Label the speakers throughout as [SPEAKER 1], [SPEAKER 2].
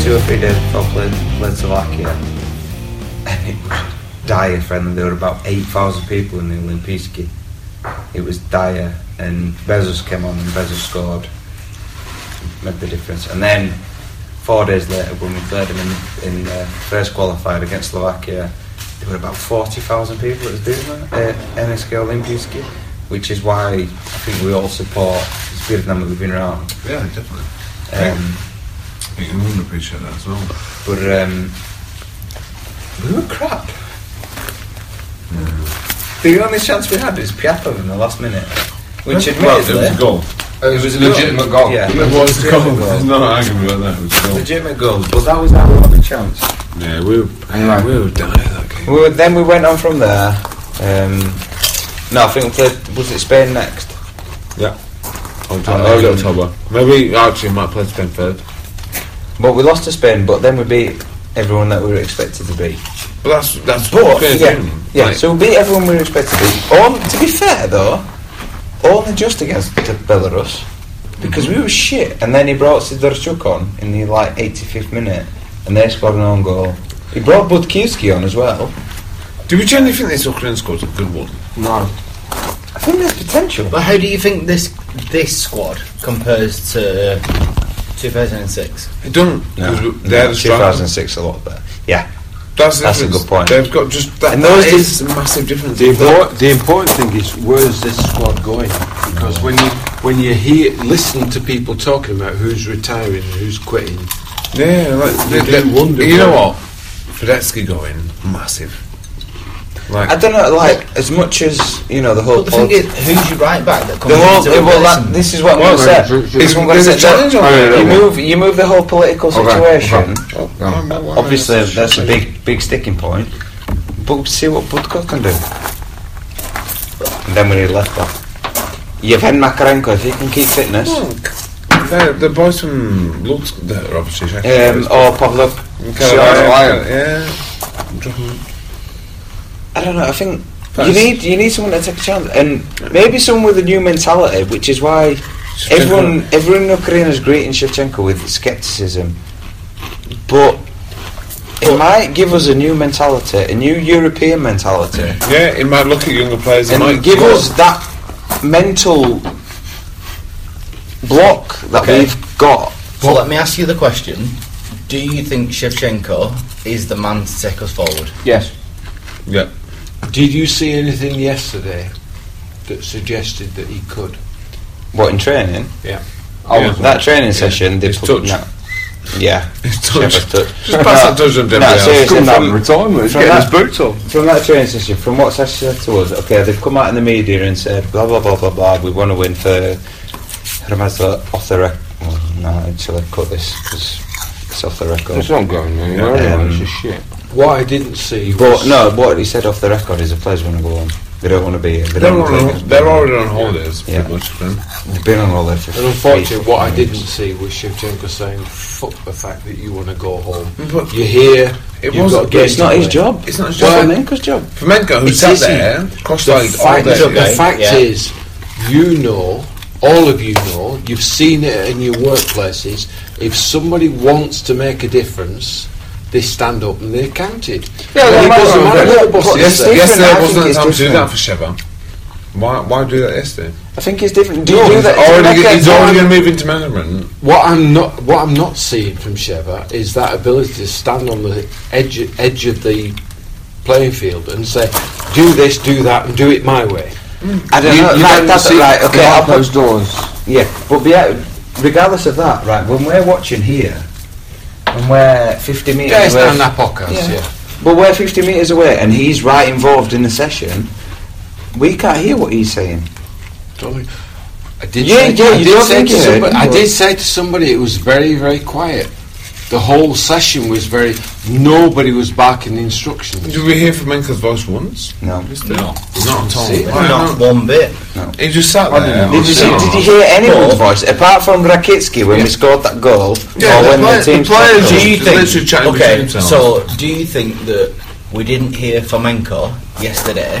[SPEAKER 1] too afraid to fuck Lin, Lin Slovakia. And it dire friendly. There were about 8,000 people in the Olympiski. It was dire. And Bezos came on and Bezos scored. Made the difference. And then four days later, when we played them in, in uh, first qualifier against Slovakia, there were about 40,000 people at the Duma at MSK Olympiski, which is why I think we all support the spirit of them that we've been around.
[SPEAKER 2] Yeah, definitely.
[SPEAKER 1] Um,
[SPEAKER 2] I think you would appreciate that as well.
[SPEAKER 1] but um, we were crap. The only chance we had was Piafov in the last minute, which
[SPEAKER 2] Well, it
[SPEAKER 1] admittedly
[SPEAKER 2] was a goal.
[SPEAKER 1] It was a
[SPEAKER 3] legitimate
[SPEAKER 1] goal.
[SPEAKER 3] goal.
[SPEAKER 1] Yeah,
[SPEAKER 2] It was a goal. There's
[SPEAKER 1] goal.
[SPEAKER 2] no argument about that. It was a goal.
[SPEAKER 1] Legitimate goal, but that was our only chance.
[SPEAKER 2] Yeah, we were, yeah, we were dying that game.
[SPEAKER 1] We were, then we went on from there. Um, no, I think we played. Was it Spain next?
[SPEAKER 3] Yeah.
[SPEAKER 1] Um,
[SPEAKER 3] October, early October. Maybe actually might play Spain third.
[SPEAKER 1] But we lost to Spain, but then we beat everyone that we were expected to beat.
[SPEAKER 3] But that's that's
[SPEAKER 1] But
[SPEAKER 3] fair,
[SPEAKER 1] yeah,
[SPEAKER 3] isn't it?
[SPEAKER 1] yeah.
[SPEAKER 3] Like,
[SPEAKER 1] so we beat everyone we were expected to beat. On, to be fair though, only just against the Belarus because we were shit. And then he brought Sidorchuk on in the like 85th minute, and they scored an own goal. He brought Budkiewski on as well.
[SPEAKER 3] do we generally think this Ukraine squad's a good one?
[SPEAKER 4] No.
[SPEAKER 1] I think there's potential.
[SPEAKER 4] But how do you think this this squad compares to uh, 2006?
[SPEAKER 3] It don't. 'cause we- They're the strong.
[SPEAKER 1] 2006 a lot better. Yeah,
[SPEAKER 3] That's, the
[SPEAKER 1] That's a
[SPEAKER 3] difference.
[SPEAKER 1] good point.
[SPEAKER 3] They've got just that,
[SPEAKER 1] And
[SPEAKER 3] that
[SPEAKER 1] those
[SPEAKER 3] is a massive difference.
[SPEAKER 5] The, impor- the important thing is where is this squad going? Because when you when you hear listen to people talking about who's retiring, and who's quitting,
[SPEAKER 3] yeah, like
[SPEAKER 5] You
[SPEAKER 3] they,
[SPEAKER 5] do wonder
[SPEAKER 3] You know
[SPEAKER 5] why.
[SPEAKER 3] what? Fedetsky going massive. Like
[SPEAKER 1] I don't know. Like as much as you know, the whole
[SPEAKER 4] But the thing
[SPEAKER 1] polit-
[SPEAKER 4] is, who's your right back that comes
[SPEAKER 1] The whole,
[SPEAKER 4] into a
[SPEAKER 1] well, that,
[SPEAKER 4] person?
[SPEAKER 1] this is what I'm
[SPEAKER 3] Well,
[SPEAKER 1] going to say.
[SPEAKER 3] there's a-
[SPEAKER 1] This is what I'm going
[SPEAKER 3] there's
[SPEAKER 1] to
[SPEAKER 3] a
[SPEAKER 1] say.
[SPEAKER 3] challenge on
[SPEAKER 1] That-
[SPEAKER 3] it.
[SPEAKER 1] You
[SPEAKER 3] Okay.
[SPEAKER 1] move, you move the whole political
[SPEAKER 3] Okay.
[SPEAKER 1] situation.
[SPEAKER 3] Um,
[SPEAKER 1] Obviously, that's a big, big sticking point. But we'll see what Budko can do. And then we need left back. You've had Makarenko if he can keep fitness,
[SPEAKER 3] Hmm. Uh, The, the boys from Luke's there, obviously.
[SPEAKER 1] um, or Pavlov.
[SPEAKER 3] Carolina, yeah.
[SPEAKER 1] I don't know. I think you
[SPEAKER 3] That's-
[SPEAKER 1] need you need someone to take a chance, and maybe someone with a new mentality, which is why
[SPEAKER 3] Shevchenko.
[SPEAKER 1] everyone everyone in Ukraine is greeting Shevchenko with skepticism. But it might give us a new mentality, a new European mentality,
[SPEAKER 3] Yeah, he might look at younger players. He
[SPEAKER 1] and
[SPEAKER 3] might
[SPEAKER 1] give us that mental block that
[SPEAKER 4] Okay.
[SPEAKER 1] we've got.
[SPEAKER 4] So let me ask you the question: Do you think Shevchenko is the man to take us forward?
[SPEAKER 5] Yes.
[SPEAKER 3] Yeah.
[SPEAKER 5] Did you see anything yesterday that suggested that he could?
[SPEAKER 1] What in training? Oh,
[SPEAKER 5] Yeah.
[SPEAKER 3] Yeah.
[SPEAKER 5] I
[SPEAKER 1] That training session, they
[SPEAKER 3] His
[SPEAKER 1] put-
[SPEAKER 3] touch.
[SPEAKER 1] no. yeah,
[SPEAKER 3] His
[SPEAKER 1] Shev's
[SPEAKER 3] touch.
[SPEAKER 1] touch.
[SPEAKER 3] Just pass that touch on to
[SPEAKER 1] No,
[SPEAKER 3] everybody else.
[SPEAKER 1] seriously,
[SPEAKER 3] Come
[SPEAKER 1] from-
[SPEAKER 3] on.
[SPEAKER 5] retirement.
[SPEAKER 1] From getting that- his
[SPEAKER 5] boots on.
[SPEAKER 1] From that training session, from what Sash said to us, okay, they've come out in the media and said blah blah blah blah blah. We want to win for Ramazza off the record. Well, no, until I cut this because it's off the record.
[SPEAKER 3] not going anywhere.
[SPEAKER 1] anyway, it's
[SPEAKER 3] just shit.
[SPEAKER 5] What I didn't see
[SPEAKER 1] But
[SPEAKER 5] was
[SPEAKER 1] no, what he said off the record is the players want to go home. They don't want to be here. They
[SPEAKER 3] They're,
[SPEAKER 1] don't wanna play
[SPEAKER 3] on,
[SPEAKER 1] against
[SPEAKER 3] they're
[SPEAKER 1] Birmingham.
[SPEAKER 3] already on holidays,
[SPEAKER 1] Yeah.
[SPEAKER 3] pretty much. for them.
[SPEAKER 1] They've been on all their. for
[SPEAKER 5] And
[SPEAKER 1] three,
[SPEAKER 5] unfortunately, what I
[SPEAKER 1] four
[SPEAKER 5] didn't
[SPEAKER 1] years.
[SPEAKER 5] see was Shevchenko saying, "Fuck the fact that you want to go home.
[SPEAKER 3] But-
[SPEAKER 5] You're here.
[SPEAKER 3] It
[SPEAKER 5] you've
[SPEAKER 3] wasn't-
[SPEAKER 5] got games
[SPEAKER 1] It's not
[SPEAKER 5] to
[SPEAKER 1] his
[SPEAKER 5] play."
[SPEAKER 1] job.
[SPEAKER 3] It's not his
[SPEAKER 1] It's
[SPEAKER 3] job.
[SPEAKER 1] Flamenco's job.
[SPEAKER 3] Fomenko, who
[SPEAKER 5] It's
[SPEAKER 3] sat
[SPEAKER 5] easy.
[SPEAKER 3] there,
[SPEAKER 5] The
[SPEAKER 3] cross-legged all
[SPEAKER 5] fact,
[SPEAKER 3] day.
[SPEAKER 5] the
[SPEAKER 4] okay,
[SPEAKER 5] fact
[SPEAKER 4] yeah.
[SPEAKER 5] is, you know, all of you know, you've seen it in your workplaces. If somebody wants to make a difference, they stand up and they're counted.
[SPEAKER 1] Yeah,
[SPEAKER 5] And
[SPEAKER 1] they
[SPEAKER 5] it
[SPEAKER 1] might
[SPEAKER 5] doesn't
[SPEAKER 1] not.
[SPEAKER 5] matter
[SPEAKER 1] Yeah,
[SPEAKER 5] what
[SPEAKER 1] but
[SPEAKER 5] boss
[SPEAKER 1] yes,
[SPEAKER 5] is
[SPEAKER 1] they-
[SPEAKER 3] Yesterday,
[SPEAKER 5] saying.
[SPEAKER 3] yesterday
[SPEAKER 1] I
[SPEAKER 3] wasn't
[SPEAKER 1] think
[SPEAKER 3] the
[SPEAKER 1] it's
[SPEAKER 3] time to do that
[SPEAKER 1] different.
[SPEAKER 3] for Sheva. Why, why do that yesterday?
[SPEAKER 1] I think it's different. Do you
[SPEAKER 3] No,
[SPEAKER 1] do
[SPEAKER 3] he's
[SPEAKER 1] that?
[SPEAKER 3] already,
[SPEAKER 1] Okay,
[SPEAKER 3] he's
[SPEAKER 1] so
[SPEAKER 3] already
[SPEAKER 1] I'm-
[SPEAKER 3] going to move into management.
[SPEAKER 5] What I'm not, what I'm not seeing from Sheva is that ability to stand on the edge, edge of the playing field and say, "Do this, do that, and do it my way."
[SPEAKER 1] I don't
[SPEAKER 5] You-
[SPEAKER 1] know.
[SPEAKER 5] you
[SPEAKER 1] Like
[SPEAKER 5] don't
[SPEAKER 1] that's
[SPEAKER 5] see
[SPEAKER 1] right. Okay,
[SPEAKER 5] behind
[SPEAKER 1] I'll put-
[SPEAKER 3] doors.
[SPEAKER 1] Yeah, but yeah, regardless of that, right? When we're watching here, and we're fifty meters,
[SPEAKER 5] Yeah, it's
[SPEAKER 1] away,
[SPEAKER 5] down that podcast.
[SPEAKER 1] Yeah.
[SPEAKER 5] Yeah.
[SPEAKER 1] but we're fifty meters away, and he's right involved in the session. We can't hear what he's saying.
[SPEAKER 5] Totally. I did
[SPEAKER 1] Yeah,
[SPEAKER 5] say,
[SPEAKER 1] yeah,
[SPEAKER 5] I
[SPEAKER 1] you
[SPEAKER 5] did
[SPEAKER 1] don't
[SPEAKER 5] say
[SPEAKER 1] think
[SPEAKER 5] to
[SPEAKER 1] you heard
[SPEAKER 5] somebody,
[SPEAKER 1] him,
[SPEAKER 5] I
[SPEAKER 1] but-
[SPEAKER 5] did say to somebody it was very, very quiet. The whole session was very. Nobody was barking instructions.
[SPEAKER 3] Did we hear Fomenko's voice once?
[SPEAKER 1] No.
[SPEAKER 3] No. Not at all.
[SPEAKER 5] See?
[SPEAKER 3] Why
[SPEAKER 4] Not one bit.
[SPEAKER 3] He just sat there.
[SPEAKER 1] Did you, see, did you hear anyone's voice apart from Rakitsky when we scored that goal, or when the, team scored
[SPEAKER 3] players
[SPEAKER 1] goal?
[SPEAKER 3] just
[SPEAKER 4] Do you
[SPEAKER 3] literally
[SPEAKER 4] think?
[SPEAKER 3] chatting between
[SPEAKER 4] Okay,
[SPEAKER 3] themselves.
[SPEAKER 4] so do you think that we didn't hear Fomenko yesterday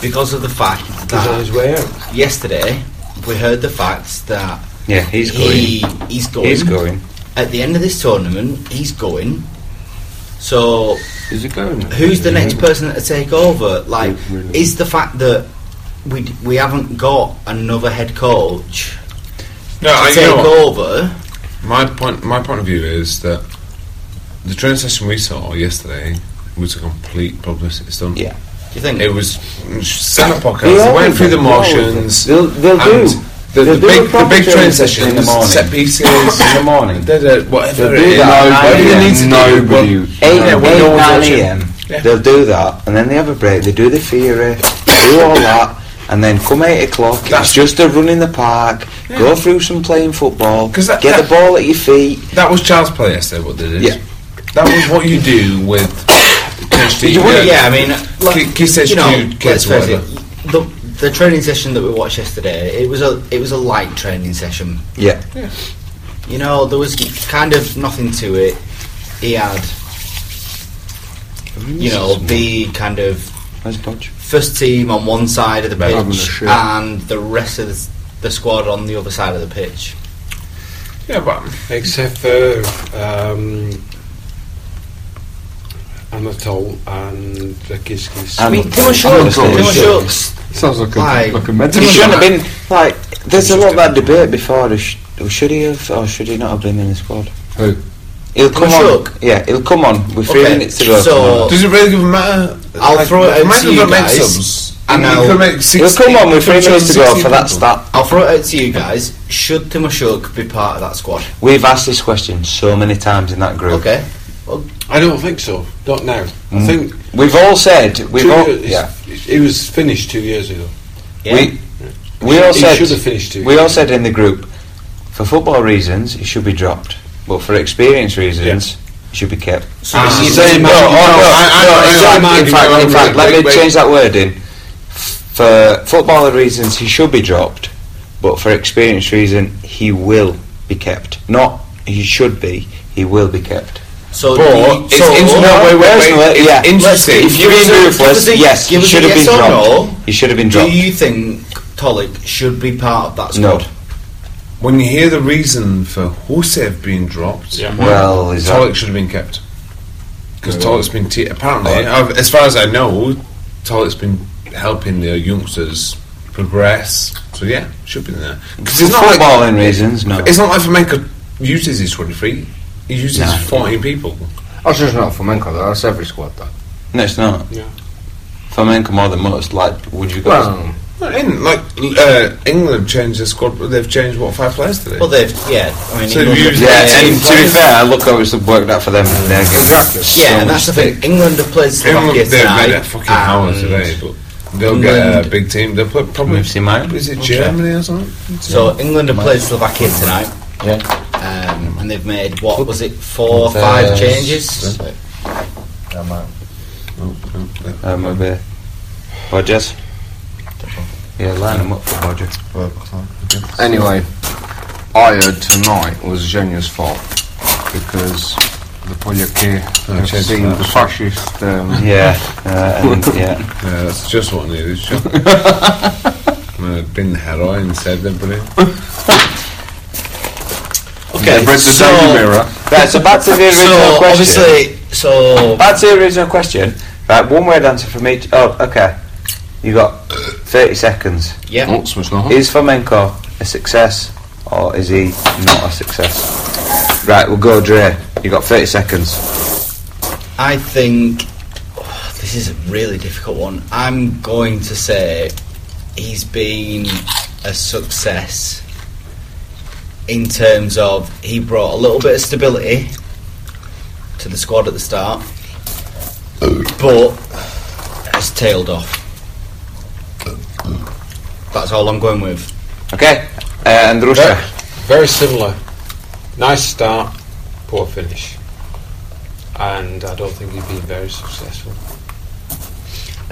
[SPEAKER 4] because of the fact
[SPEAKER 5] He's on
[SPEAKER 4] that
[SPEAKER 5] his way out.
[SPEAKER 4] yesterday we heard the facts that
[SPEAKER 1] Yeah, he's
[SPEAKER 4] he
[SPEAKER 1] going.
[SPEAKER 4] he's going,
[SPEAKER 1] He's going.
[SPEAKER 4] at the end of this tournament, he's going. So
[SPEAKER 1] Is it going?
[SPEAKER 4] who's the
[SPEAKER 5] Mm-hmm.
[SPEAKER 4] next person to take over? Like,
[SPEAKER 1] We're- we're-
[SPEAKER 4] is the fact that we d- we haven't got another head coach
[SPEAKER 3] No,
[SPEAKER 4] to
[SPEAKER 3] I, you
[SPEAKER 4] take
[SPEAKER 3] know what?
[SPEAKER 4] over?
[SPEAKER 3] my point. My point of view is that the training session we saw yesterday was a complete publicity stunt.
[SPEAKER 1] Yeah.
[SPEAKER 4] Do you think
[SPEAKER 3] It was set up
[SPEAKER 1] They
[SPEAKER 3] They
[SPEAKER 1] always
[SPEAKER 3] went through the
[SPEAKER 1] do, they always do.
[SPEAKER 3] motions.
[SPEAKER 1] They'll- they'll do.
[SPEAKER 3] and The,
[SPEAKER 1] They'll
[SPEAKER 3] the,
[SPEAKER 1] do a
[SPEAKER 3] big, the
[SPEAKER 1] proper
[SPEAKER 3] big
[SPEAKER 1] training
[SPEAKER 3] training sessions,
[SPEAKER 1] in the morning.
[SPEAKER 3] set pieces
[SPEAKER 1] In the morning.
[SPEAKER 3] da- da- whatever.
[SPEAKER 1] They'll do
[SPEAKER 3] it
[SPEAKER 1] that.
[SPEAKER 3] is.
[SPEAKER 1] Nobody-
[SPEAKER 3] Whatever you need to do,
[SPEAKER 2] nobody-
[SPEAKER 3] well,
[SPEAKER 1] Eight,
[SPEAKER 3] yeah, we
[SPEAKER 1] eight,
[SPEAKER 3] know what's
[SPEAKER 1] nine
[SPEAKER 3] watching.
[SPEAKER 1] a.m.
[SPEAKER 3] Yeah.
[SPEAKER 1] They'll do that, and then they have a break. They do the theory, do all that, and then come eight o'clock.
[SPEAKER 3] That's-
[SPEAKER 1] it's just a run in the park, go through some playing football,
[SPEAKER 3] 'Cause that-
[SPEAKER 1] get
[SPEAKER 3] that-
[SPEAKER 1] the ball at your feet.
[SPEAKER 3] That was child's play yesterday. What they did.
[SPEAKER 1] Yeah.
[SPEAKER 3] That was what you do with. Coach D.
[SPEAKER 4] You would, yeah. I mean,
[SPEAKER 3] Ki- kids session two, kids
[SPEAKER 4] let's face
[SPEAKER 3] whatever.
[SPEAKER 4] it, The, the training session that we watched yesterday, it was a it was a light training session.
[SPEAKER 1] Yeah,
[SPEAKER 4] You know, there was kind of nothing to it. He had, you know, the kind of
[SPEAKER 1] that's dodge.
[SPEAKER 4] first team on one side of the
[SPEAKER 2] Having a
[SPEAKER 4] pitch
[SPEAKER 2] shit.
[SPEAKER 4] and the rest of the, s- the squad on the other side of the pitch.
[SPEAKER 3] Yeah, but
[SPEAKER 5] except for um, Anatole and Rakiskis.
[SPEAKER 4] I
[SPEAKER 1] And-
[SPEAKER 4] mean, Timo
[SPEAKER 1] and
[SPEAKER 4] Schultz,
[SPEAKER 1] the
[SPEAKER 4] Timo
[SPEAKER 1] coach.
[SPEAKER 4] Schultz,
[SPEAKER 2] Sounds like a,
[SPEAKER 4] Aye.
[SPEAKER 2] like a mental.
[SPEAKER 1] He shouldn't have been like. There's a lot of that debate before. Is sh- Should he have or should he not have been in the squad?
[SPEAKER 2] Who?
[SPEAKER 1] He'll come
[SPEAKER 4] Mashuk.
[SPEAKER 1] on. Yeah, he'll come on. We're three
[SPEAKER 4] Okay,
[SPEAKER 1] minutes to go.
[SPEAKER 4] so-
[SPEAKER 3] does it really even matter?
[SPEAKER 4] I'll throw it out
[SPEAKER 3] imagine
[SPEAKER 4] to
[SPEAKER 3] if
[SPEAKER 4] you
[SPEAKER 3] it makes
[SPEAKER 4] guys,
[SPEAKER 3] subs.
[SPEAKER 4] and
[SPEAKER 3] You
[SPEAKER 4] I'll-
[SPEAKER 3] could make six-
[SPEAKER 1] We'll come on.
[SPEAKER 3] you
[SPEAKER 1] We're three
[SPEAKER 3] could make
[SPEAKER 1] minutes to go
[SPEAKER 3] 60
[SPEAKER 1] for that
[SPEAKER 3] people.
[SPEAKER 1] stat.
[SPEAKER 4] I'll throw it out to you guys. Should Timo Schultz be part of that squad?
[SPEAKER 1] We've asked this question so many times in that group.
[SPEAKER 4] Okay.
[SPEAKER 5] I don't think so. Not now. I think
[SPEAKER 1] We've all said we've
[SPEAKER 5] two
[SPEAKER 1] all
[SPEAKER 5] years,
[SPEAKER 1] yeah.
[SPEAKER 5] it was finished two years ago.
[SPEAKER 4] Yeah.
[SPEAKER 1] We we
[SPEAKER 5] He
[SPEAKER 1] all
[SPEAKER 5] should- he
[SPEAKER 1] said
[SPEAKER 5] should have finished two
[SPEAKER 1] we
[SPEAKER 5] years
[SPEAKER 1] all said in the group for football reasons it should be dropped, but for experience reasons it should be kept.
[SPEAKER 4] So
[SPEAKER 5] Ah,
[SPEAKER 4] this is-
[SPEAKER 5] so
[SPEAKER 1] No,
[SPEAKER 5] you
[SPEAKER 1] no,
[SPEAKER 5] might-
[SPEAKER 1] no,
[SPEAKER 5] no, I- I-
[SPEAKER 1] no,
[SPEAKER 5] I-
[SPEAKER 1] in
[SPEAKER 5] I-
[SPEAKER 1] fact- in
[SPEAKER 5] I'm arguing-
[SPEAKER 1] fact, in
[SPEAKER 5] wait,
[SPEAKER 1] fact, let
[SPEAKER 5] wait,
[SPEAKER 1] me
[SPEAKER 5] wait.
[SPEAKER 1] change that word in. For footballer reasons, he should be dropped, but for experience reason, he will be kept. Not he should be, he will be kept.
[SPEAKER 4] so
[SPEAKER 3] But
[SPEAKER 4] the-
[SPEAKER 3] it's
[SPEAKER 4] so-
[SPEAKER 3] inter- no, wait, wait, wait,
[SPEAKER 1] Personally,
[SPEAKER 3] it's
[SPEAKER 1] yeah.
[SPEAKER 3] interesting.
[SPEAKER 1] If you
[SPEAKER 4] Give us a-
[SPEAKER 1] agree with
[SPEAKER 4] give us
[SPEAKER 1] us,
[SPEAKER 4] a-
[SPEAKER 1] yes, he
[SPEAKER 4] give us a
[SPEAKER 1] should have been
[SPEAKER 4] yes or no.
[SPEAKER 1] dropped. He should have been
[SPEAKER 4] Do
[SPEAKER 1] dropped.
[SPEAKER 4] you think Tolik should be part of that
[SPEAKER 1] No.
[SPEAKER 4] squad?
[SPEAKER 3] When you hear the reason for Hosev being dropped,
[SPEAKER 5] Yeah.
[SPEAKER 1] Well, is that
[SPEAKER 3] Tolik should have been kept because Tolik's been te- apparently, I've- as far as I know, Tolik's been helping the youngsters progress. So yeah, should be in there because
[SPEAKER 1] for
[SPEAKER 3] it's not like
[SPEAKER 1] footballing reasons? No.
[SPEAKER 3] it's not like Flamenco uses his twenty three. He uses
[SPEAKER 1] No.
[SPEAKER 3] fourteen people.
[SPEAKER 6] That's just not Flamenco though, that's every squad though.
[SPEAKER 1] No, it's not.
[SPEAKER 5] Yeah.
[SPEAKER 1] Flamenco more than most. Like, would you guys?
[SPEAKER 6] Well,
[SPEAKER 3] Not in like uh, England changed their squad, but they've changed what five players today.
[SPEAKER 4] Well, they've yeah. I mean,
[SPEAKER 3] So
[SPEAKER 4] England-
[SPEAKER 3] you-
[SPEAKER 1] yeah,
[SPEAKER 3] Yeah,
[SPEAKER 1] and
[SPEAKER 3] team
[SPEAKER 1] to be
[SPEAKER 3] players.
[SPEAKER 1] fair, look how it's worked out for them. and they're getting so
[SPEAKER 4] yeah, and
[SPEAKER 1] much
[SPEAKER 4] that's the
[SPEAKER 1] stick.
[SPEAKER 4] thing. England have played Slovakia
[SPEAKER 3] England, they've
[SPEAKER 4] tonight.
[SPEAKER 3] made a fucking hour
[SPEAKER 4] and
[SPEAKER 3] today, but they'll get a
[SPEAKER 4] England-
[SPEAKER 3] big team. They'll play probably
[SPEAKER 1] FC Milan.
[SPEAKER 3] Is it
[SPEAKER 4] Okay.
[SPEAKER 3] Germany or something?
[SPEAKER 4] So England have played Slovakia tonight,
[SPEAKER 1] Yeah,
[SPEAKER 4] um, and they've made what was it four or five
[SPEAKER 1] There's-
[SPEAKER 4] changes?
[SPEAKER 3] Oh,
[SPEAKER 1] that might be. Bodgers. Yeah, line them up for Bodgers.
[SPEAKER 6] anyway, Ayer tonight was Xenia's fault because the Polyaki have
[SPEAKER 3] cheers
[SPEAKER 6] seen
[SPEAKER 3] for that.
[SPEAKER 6] the fascist. Um,
[SPEAKER 1] Yeah, uh, and yeah.
[SPEAKER 3] Yeah, that's just what I needed. Sure. I've been heroin and said that, but it-
[SPEAKER 4] Okay,
[SPEAKER 6] They read the
[SPEAKER 4] so,
[SPEAKER 6] Daily Mirror.
[SPEAKER 1] Right, so back to the
[SPEAKER 4] so
[SPEAKER 1] original question.
[SPEAKER 4] obviously, so
[SPEAKER 1] Back to the original question. Right, one word answer from each. Oh, okay. You got thirty seconds.
[SPEAKER 4] yeah,
[SPEAKER 6] Ops was not.
[SPEAKER 1] Is flamenco a success or is he not a success? Right, we'll go, Dre. You got 30 seconds.
[SPEAKER 4] I think oh, this is a really difficult one. I'm going to say he's been a success in terms of he brought a little bit of stability to the squad at the start, but has tailed off. That's all I'm going with.
[SPEAKER 1] Okay, uh, and Russia.
[SPEAKER 5] Very similar. Nice start, poor finish. And I don't think he'd been very successful.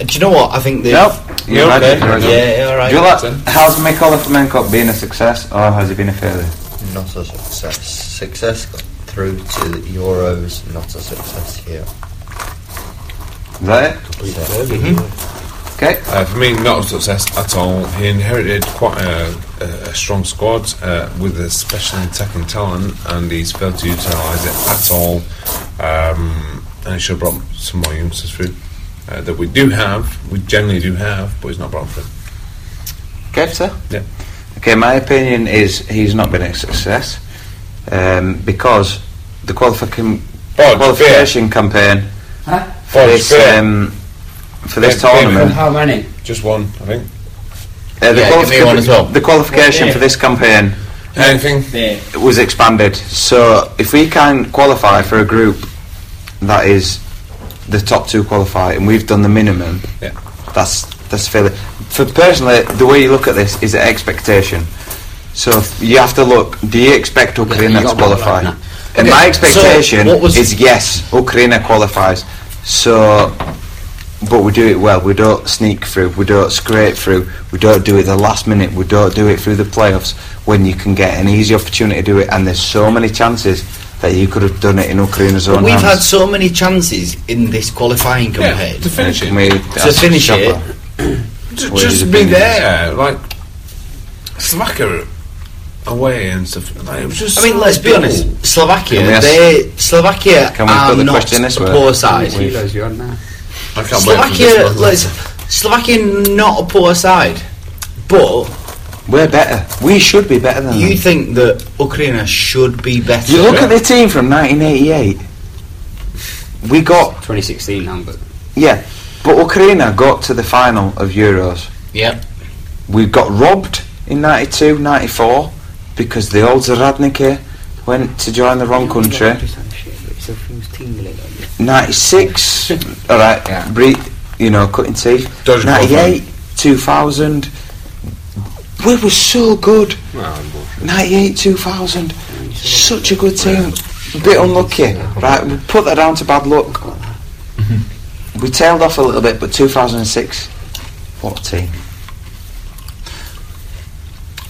[SPEAKER 4] Uh, Do you know what? I think the
[SPEAKER 1] Nope. You're
[SPEAKER 4] okay.
[SPEAKER 1] right.
[SPEAKER 4] Yeah, yeah, all right.
[SPEAKER 1] Do you like, has Mikola Flamenco been a success or has he been a failure?
[SPEAKER 7] Not a success. Success through to the Euros, not a success here.
[SPEAKER 1] Is that it? mm-hmm.
[SPEAKER 5] Completely.
[SPEAKER 1] Okay,
[SPEAKER 6] Okay.
[SPEAKER 3] Uh, for me, not a success at all. He inherited quite a, a, a strong squad uh, with a special attacking talent, and he's failed to utilise it at all. Um, and he should have brought some more youngsters through uh, that we do have, we generally do have, but he's not brought through.
[SPEAKER 6] Okay, sir.
[SPEAKER 3] Yeah.
[SPEAKER 1] Okay, my opinion is he's not been a success um, because the qualification
[SPEAKER 3] Bodge,
[SPEAKER 1] qualification campaign
[SPEAKER 8] Huh?
[SPEAKER 1] for
[SPEAKER 3] Bodge,
[SPEAKER 1] this
[SPEAKER 3] fair.
[SPEAKER 1] um, for this
[SPEAKER 3] Fair, fair.
[SPEAKER 1] tournament.
[SPEAKER 8] How many?
[SPEAKER 3] Just one, I think.
[SPEAKER 1] Uh, the,
[SPEAKER 4] Yeah, give me
[SPEAKER 1] qualifica-
[SPEAKER 4] one as well.
[SPEAKER 1] the qualification
[SPEAKER 8] Yeah.
[SPEAKER 1] for this campaign
[SPEAKER 3] Anything?
[SPEAKER 8] There.
[SPEAKER 1] was expanded. So if we can qualify for a group that is the top two qualify, and we've done the minimum,
[SPEAKER 3] Yeah.
[SPEAKER 1] that's that's fairly. For personally, the way you look at this is at expectation. So if you have to look. Do you expect Ukraine
[SPEAKER 8] you
[SPEAKER 1] to
[SPEAKER 8] got that
[SPEAKER 1] qualify?
[SPEAKER 8] right now.
[SPEAKER 1] and my expectation
[SPEAKER 4] what was-
[SPEAKER 1] is yes, Ukraine qualifies. So, but we do it well. We don't sneak through. We don't scrape through. We don't do it the last minute. We don't do it through the playoffs when you can get an easy opportunity to do it. And there's so many chances that you could have done it in Ukraine's own
[SPEAKER 4] But we've had
[SPEAKER 1] hands.
[SPEAKER 4] so many chances in this qualifying campaign.
[SPEAKER 3] to finish it.
[SPEAKER 1] Made
[SPEAKER 4] to
[SPEAKER 1] us
[SPEAKER 4] finish
[SPEAKER 1] shop
[SPEAKER 4] it,
[SPEAKER 1] up.
[SPEAKER 3] Ju-
[SPEAKER 1] What
[SPEAKER 3] just
[SPEAKER 1] is
[SPEAKER 3] be
[SPEAKER 1] opinions?
[SPEAKER 3] there, like Slovakia away and stuff. Like, it was just.
[SPEAKER 4] I mean, let's be
[SPEAKER 3] dull.
[SPEAKER 4] honest. Slovakia,
[SPEAKER 1] Can we ask-
[SPEAKER 4] they Slovakia
[SPEAKER 1] Can we
[SPEAKER 4] are
[SPEAKER 1] put the
[SPEAKER 4] not
[SPEAKER 1] question this
[SPEAKER 4] a
[SPEAKER 1] way?
[SPEAKER 4] poor side.
[SPEAKER 8] Kilos you're on now.
[SPEAKER 3] I can't wait
[SPEAKER 4] Slovakia,
[SPEAKER 3] for this one.
[SPEAKER 4] let's, Slovakia, not a poor side. But
[SPEAKER 1] We're better. We should be better than
[SPEAKER 4] you
[SPEAKER 1] you.
[SPEAKER 4] think that Ukraine should be better?
[SPEAKER 1] Mm-hmm. You look at the team from 1988. We got
[SPEAKER 8] 2016 now, but
[SPEAKER 1] yeah, but Ukraine got to the final of Euros.
[SPEAKER 4] Yep.
[SPEAKER 1] we got robbed in 92, 94 because the old Zaradniki went to join the wrong country. 96, alright,
[SPEAKER 6] Yeah.
[SPEAKER 1] bre- you know, cutting teeth.
[SPEAKER 3] Dodge
[SPEAKER 1] 98, 2000. We were so good. 98, 2000. Such a good team. Bit unlucky, right? We put that down to bad luck. we tailed off a little bit, but 2006, what a team.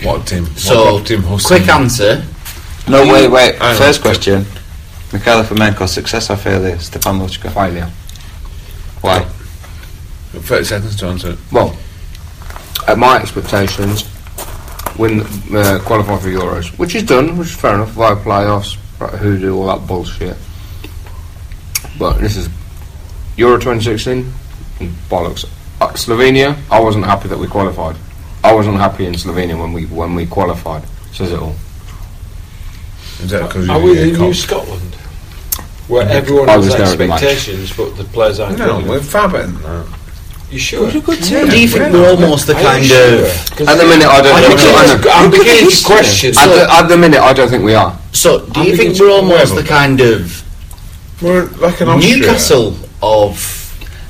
[SPEAKER 3] What team?
[SPEAKER 4] So,
[SPEAKER 3] what team hosting?
[SPEAKER 4] quick answer.
[SPEAKER 1] No, wait, wait.
[SPEAKER 3] Hang on.
[SPEAKER 1] First question. Mikhail Fomenko, success or failure? Stepan Luchko.
[SPEAKER 6] Failure.
[SPEAKER 1] Why?
[SPEAKER 3] Thirty seconds to answer. it.
[SPEAKER 6] Well, at my expectations, win uh, qualify for Euros, which is done, which is fair enough via playoffs, right, who do all that bullshit. But this is Euro 2016, bollocks. Uh, Slovenia, I wasn't happy that we qualified. I wasn't happy in Slovenia when we when we qualified. Says it all.
[SPEAKER 3] Is that because
[SPEAKER 5] Are we
[SPEAKER 3] you
[SPEAKER 5] the
[SPEAKER 3] get
[SPEAKER 5] new
[SPEAKER 3] caught?
[SPEAKER 5] Scotland? Where everyone
[SPEAKER 6] I
[SPEAKER 5] has
[SPEAKER 6] was there at the match.
[SPEAKER 5] expectations, but the players aren't
[SPEAKER 3] No,
[SPEAKER 5] good
[SPEAKER 3] we're
[SPEAKER 5] enough.
[SPEAKER 3] far better than that.
[SPEAKER 5] You sure?
[SPEAKER 4] Do you think we're almost the
[SPEAKER 5] Are you
[SPEAKER 4] kind
[SPEAKER 5] sure?
[SPEAKER 4] of
[SPEAKER 5] 'Cause
[SPEAKER 6] At the minute, I don't.
[SPEAKER 5] I'm
[SPEAKER 6] think- I
[SPEAKER 5] beginning
[SPEAKER 6] don't-
[SPEAKER 5] to- I'm beginning to question.
[SPEAKER 6] at, the, at the minute, I don't think we are.
[SPEAKER 4] so? Do
[SPEAKER 5] I'm
[SPEAKER 4] you think
[SPEAKER 5] beginning
[SPEAKER 4] we're
[SPEAKER 5] to-
[SPEAKER 4] almost
[SPEAKER 3] whatever.
[SPEAKER 4] the kind of
[SPEAKER 3] We're like an Austria.
[SPEAKER 4] Newcastle of?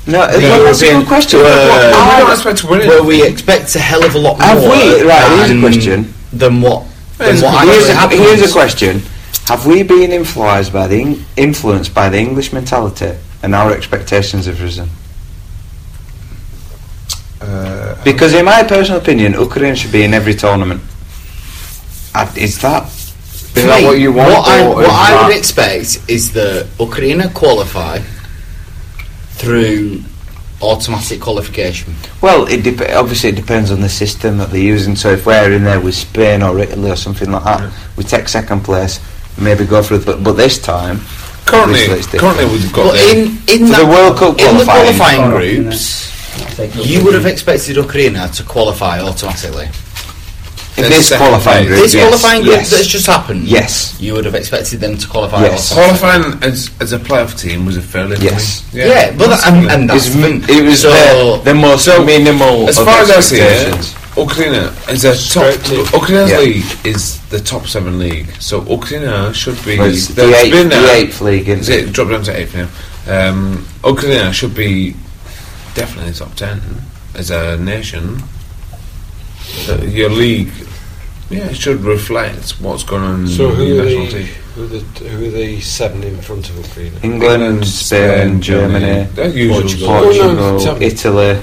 [SPEAKER 1] No, uh, well, that's a good question.
[SPEAKER 4] Uh,
[SPEAKER 1] What-
[SPEAKER 3] we
[SPEAKER 1] what-
[SPEAKER 3] don't expect to win it.
[SPEAKER 4] Where we expect a hell of a lot
[SPEAKER 1] Have
[SPEAKER 4] more.
[SPEAKER 1] we- right, here's a
[SPEAKER 4] than-
[SPEAKER 1] question.
[SPEAKER 4] Than what? Than
[SPEAKER 3] Here's
[SPEAKER 4] what
[SPEAKER 3] a-
[SPEAKER 1] here's,
[SPEAKER 4] actually
[SPEAKER 1] a,
[SPEAKER 4] happens.
[SPEAKER 1] here's a question: Have we been influenced by the Eng- influenced by the English mentality, and our expectations have risen?
[SPEAKER 3] Uh,
[SPEAKER 1] Because, in my personal opinion, Ukraine should be in every tournament. Uh, Is that
[SPEAKER 6] Is
[SPEAKER 4] To
[SPEAKER 6] that
[SPEAKER 4] me,
[SPEAKER 6] what you want?
[SPEAKER 4] What, I,
[SPEAKER 6] or
[SPEAKER 4] what
[SPEAKER 6] is
[SPEAKER 4] I
[SPEAKER 6] that-
[SPEAKER 4] would expect is that Ukraine qualify through automatic qualification.
[SPEAKER 1] Well, it dep- obviously it depends on the system that they're using. So if we're in there with Spain or Italy or something like that, we take second place, maybe go for it. But, but this time,
[SPEAKER 3] currently,
[SPEAKER 1] Obviously it's different.
[SPEAKER 3] currently we've got
[SPEAKER 4] But
[SPEAKER 3] the-
[SPEAKER 4] in in
[SPEAKER 1] For
[SPEAKER 4] that,
[SPEAKER 1] the World Cup
[SPEAKER 4] in the
[SPEAKER 1] qualifying.
[SPEAKER 8] Oh,
[SPEAKER 4] qualifying groups, you would have expected Ukraine to qualify automatically.
[SPEAKER 1] in
[SPEAKER 3] There's
[SPEAKER 1] this
[SPEAKER 3] second
[SPEAKER 1] qualifying
[SPEAKER 3] place.
[SPEAKER 1] group,
[SPEAKER 4] This
[SPEAKER 1] yes,
[SPEAKER 4] qualifying group
[SPEAKER 1] yes.
[SPEAKER 4] that's just happened,
[SPEAKER 1] Yes.
[SPEAKER 4] you would have expected them to qualify.
[SPEAKER 1] Yes.
[SPEAKER 4] automatically.
[SPEAKER 3] qualifying as, as a playoff team was a failure. for
[SPEAKER 1] Yes.
[SPEAKER 3] me.
[SPEAKER 4] Yeah, but that, and, and that's
[SPEAKER 1] It's
[SPEAKER 4] the
[SPEAKER 1] m-
[SPEAKER 4] thing.
[SPEAKER 1] it was
[SPEAKER 4] so.
[SPEAKER 1] the, the most minimal.
[SPEAKER 3] As
[SPEAKER 1] of
[SPEAKER 3] far as I see
[SPEAKER 1] expectations.
[SPEAKER 3] it, Ukraine is a top.
[SPEAKER 5] Straight to-
[SPEAKER 3] Ukraine's
[SPEAKER 1] Yeah.
[SPEAKER 3] league is the top seven league, so Ukraine should be
[SPEAKER 1] Well, it's
[SPEAKER 3] they've
[SPEAKER 1] the, eighth,
[SPEAKER 3] been
[SPEAKER 1] the
[SPEAKER 3] there-
[SPEAKER 1] eighth league,
[SPEAKER 3] Is
[SPEAKER 1] isn't it?
[SPEAKER 3] it dropped down to eighth now? Um, Ukraine should be definitely top ten as a nation. Uh, your league, yeah, it should reflect what's going on
[SPEAKER 5] So
[SPEAKER 3] in
[SPEAKER 5] who
[SPEAKER 3] the
[SPEAKER 5] are,
[SPEAKER 3] national
[SPEAKER 5] the,
[SPEAKER 3] team.
[SPEAKER 5] who, are the, who are the seven in front of Ukraine?
[SPEAKER 1] England, Spain, Germany,
[SPEAKER 3] They're usual.
[SPEAKER 5] Portugal.
[SPEAKER 3] Portugal.
[SPEAKER 5] Oh, no,
[SPEAKER 1] Portugal,
[SPEAKER 5] tell me.
[SPEAKER 1] Italy,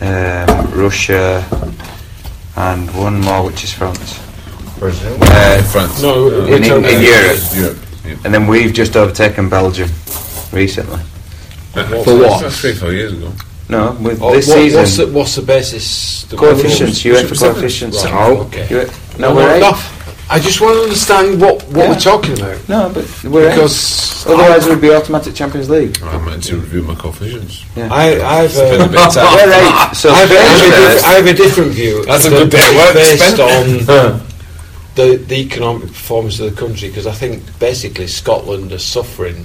[SPEAKER 1] um, Russia, and one more, which is France.
[SPEAKER 7] Brazil.
[SPEAKER 1] Uh,
[SPEAKER 3] France.
[SPEAKER 5] No,
[SPEAKER 3] Uh,
[SPEAKER 5] we're
[SPEAKER 1] in-
[SPEAKER 5] talking-
[SPEAKER 1] in Europe.
[SPEAKER 3] Europe. yeah.
[SPEAKER 1] And then we've just overtaken Belgium recently.
[SPEAKER 3] Uh,
[SPEAKER 5] For what?
[SPEAKER 3] That's three, four years ago.
[SPEAKER 1] No, with
[SPEAKER 5] Or
[SPEAKER 1] this
[SPEAKER 5] Oh, what-
[SPEAKER 1] season.
[SPEAKER 5] What's the, what's the basis? The
[SPEAKER 1] coefficients, UEFA
[SPEAKER 5] Right,
[SPEAKER 1] coefficients.
[SPEAKER 5] Right,
[SPEAKER 1] No,
[SPEAKER 5] okay.
[SPEAKER 1] you-
[SPEAKER 5] No,
[SPEAKER 1] no, we're
[SPEAKER 5] no,
[SPEAKER 1] eight.
[SPEAKER 5] I just want to understand what, what
[SPEAKER 1] Yeah.
[SPEAKER 5] we're talking about.
[SPEAKER 1] No, but we're eight.
[SPEAKER 5] Because
[SPEAKER 1] Otherwise, it would be automatic Champions League.
[SPEAKER 3] I meant to review my coefficients.
[SPEAKER 5] I, I've,
[SPEAKER 3] It's been a
[SPEAKER 5] uh,
[SPEAKER 3] bit tight.
[SPEAKER 1] We're eight. So
[SPEAKER 5] I, have a, I, have a diff-
[SPEAKER 1] Thursday-
[SPEAKER 5] I have a different view.
[SPEAKER 3] That's a
[SPEAKER 5] that
[SPEAKER 3] good day at work
[SPEAKER 5] based
[SPEAKER 3] spent.
[SPEAKER 5] on the, the economic performance of the country, because I think basically Scotland is suffering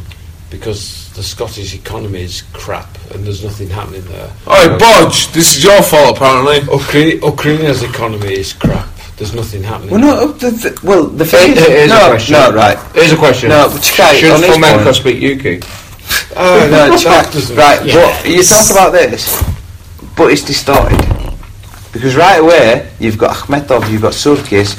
[SPEAKER 5] because the Scottish economy is crap and there's nothing happening there.
[SPEAKER 1] Oh,
[SPEAKER 3] Uh,
[SPEAKER 9] Oi, Bodge, this is your fault apparently.
[SPEAKER 5] Ukra- Ukraina's economy is crap. There's nothing happening.
[SPEAKER 1] Well,
[SPEAKER 5] there.
[SPEAKER 1] no, the, the, well, the thing It- it is a no, question.
[SPEAKER 10] No, right.
[SPEAKER 1] Here's a question.
[SPEAKER 10] No, but Sky,
[SPEAKER 1] Should
[SPEAKER 10] on this
[SPEAKER 1] Fomenko
[SPEAKER 10] point-
[SPEAKER 1] speak Yuki?
[SPEAKER 5] Oh,
[SPEAKER 1] no,
[SPEAKER 5] that
[SPEAKER 1] Jack,
[SPEAKER 5] doesn't-
[SPEAKER 1] right,
[SPEAKER 5] yeah.
[SPEAKER 1] but you talk about this, but it's distorted. Because right away, you've got Akhmetov, you've got Surkis,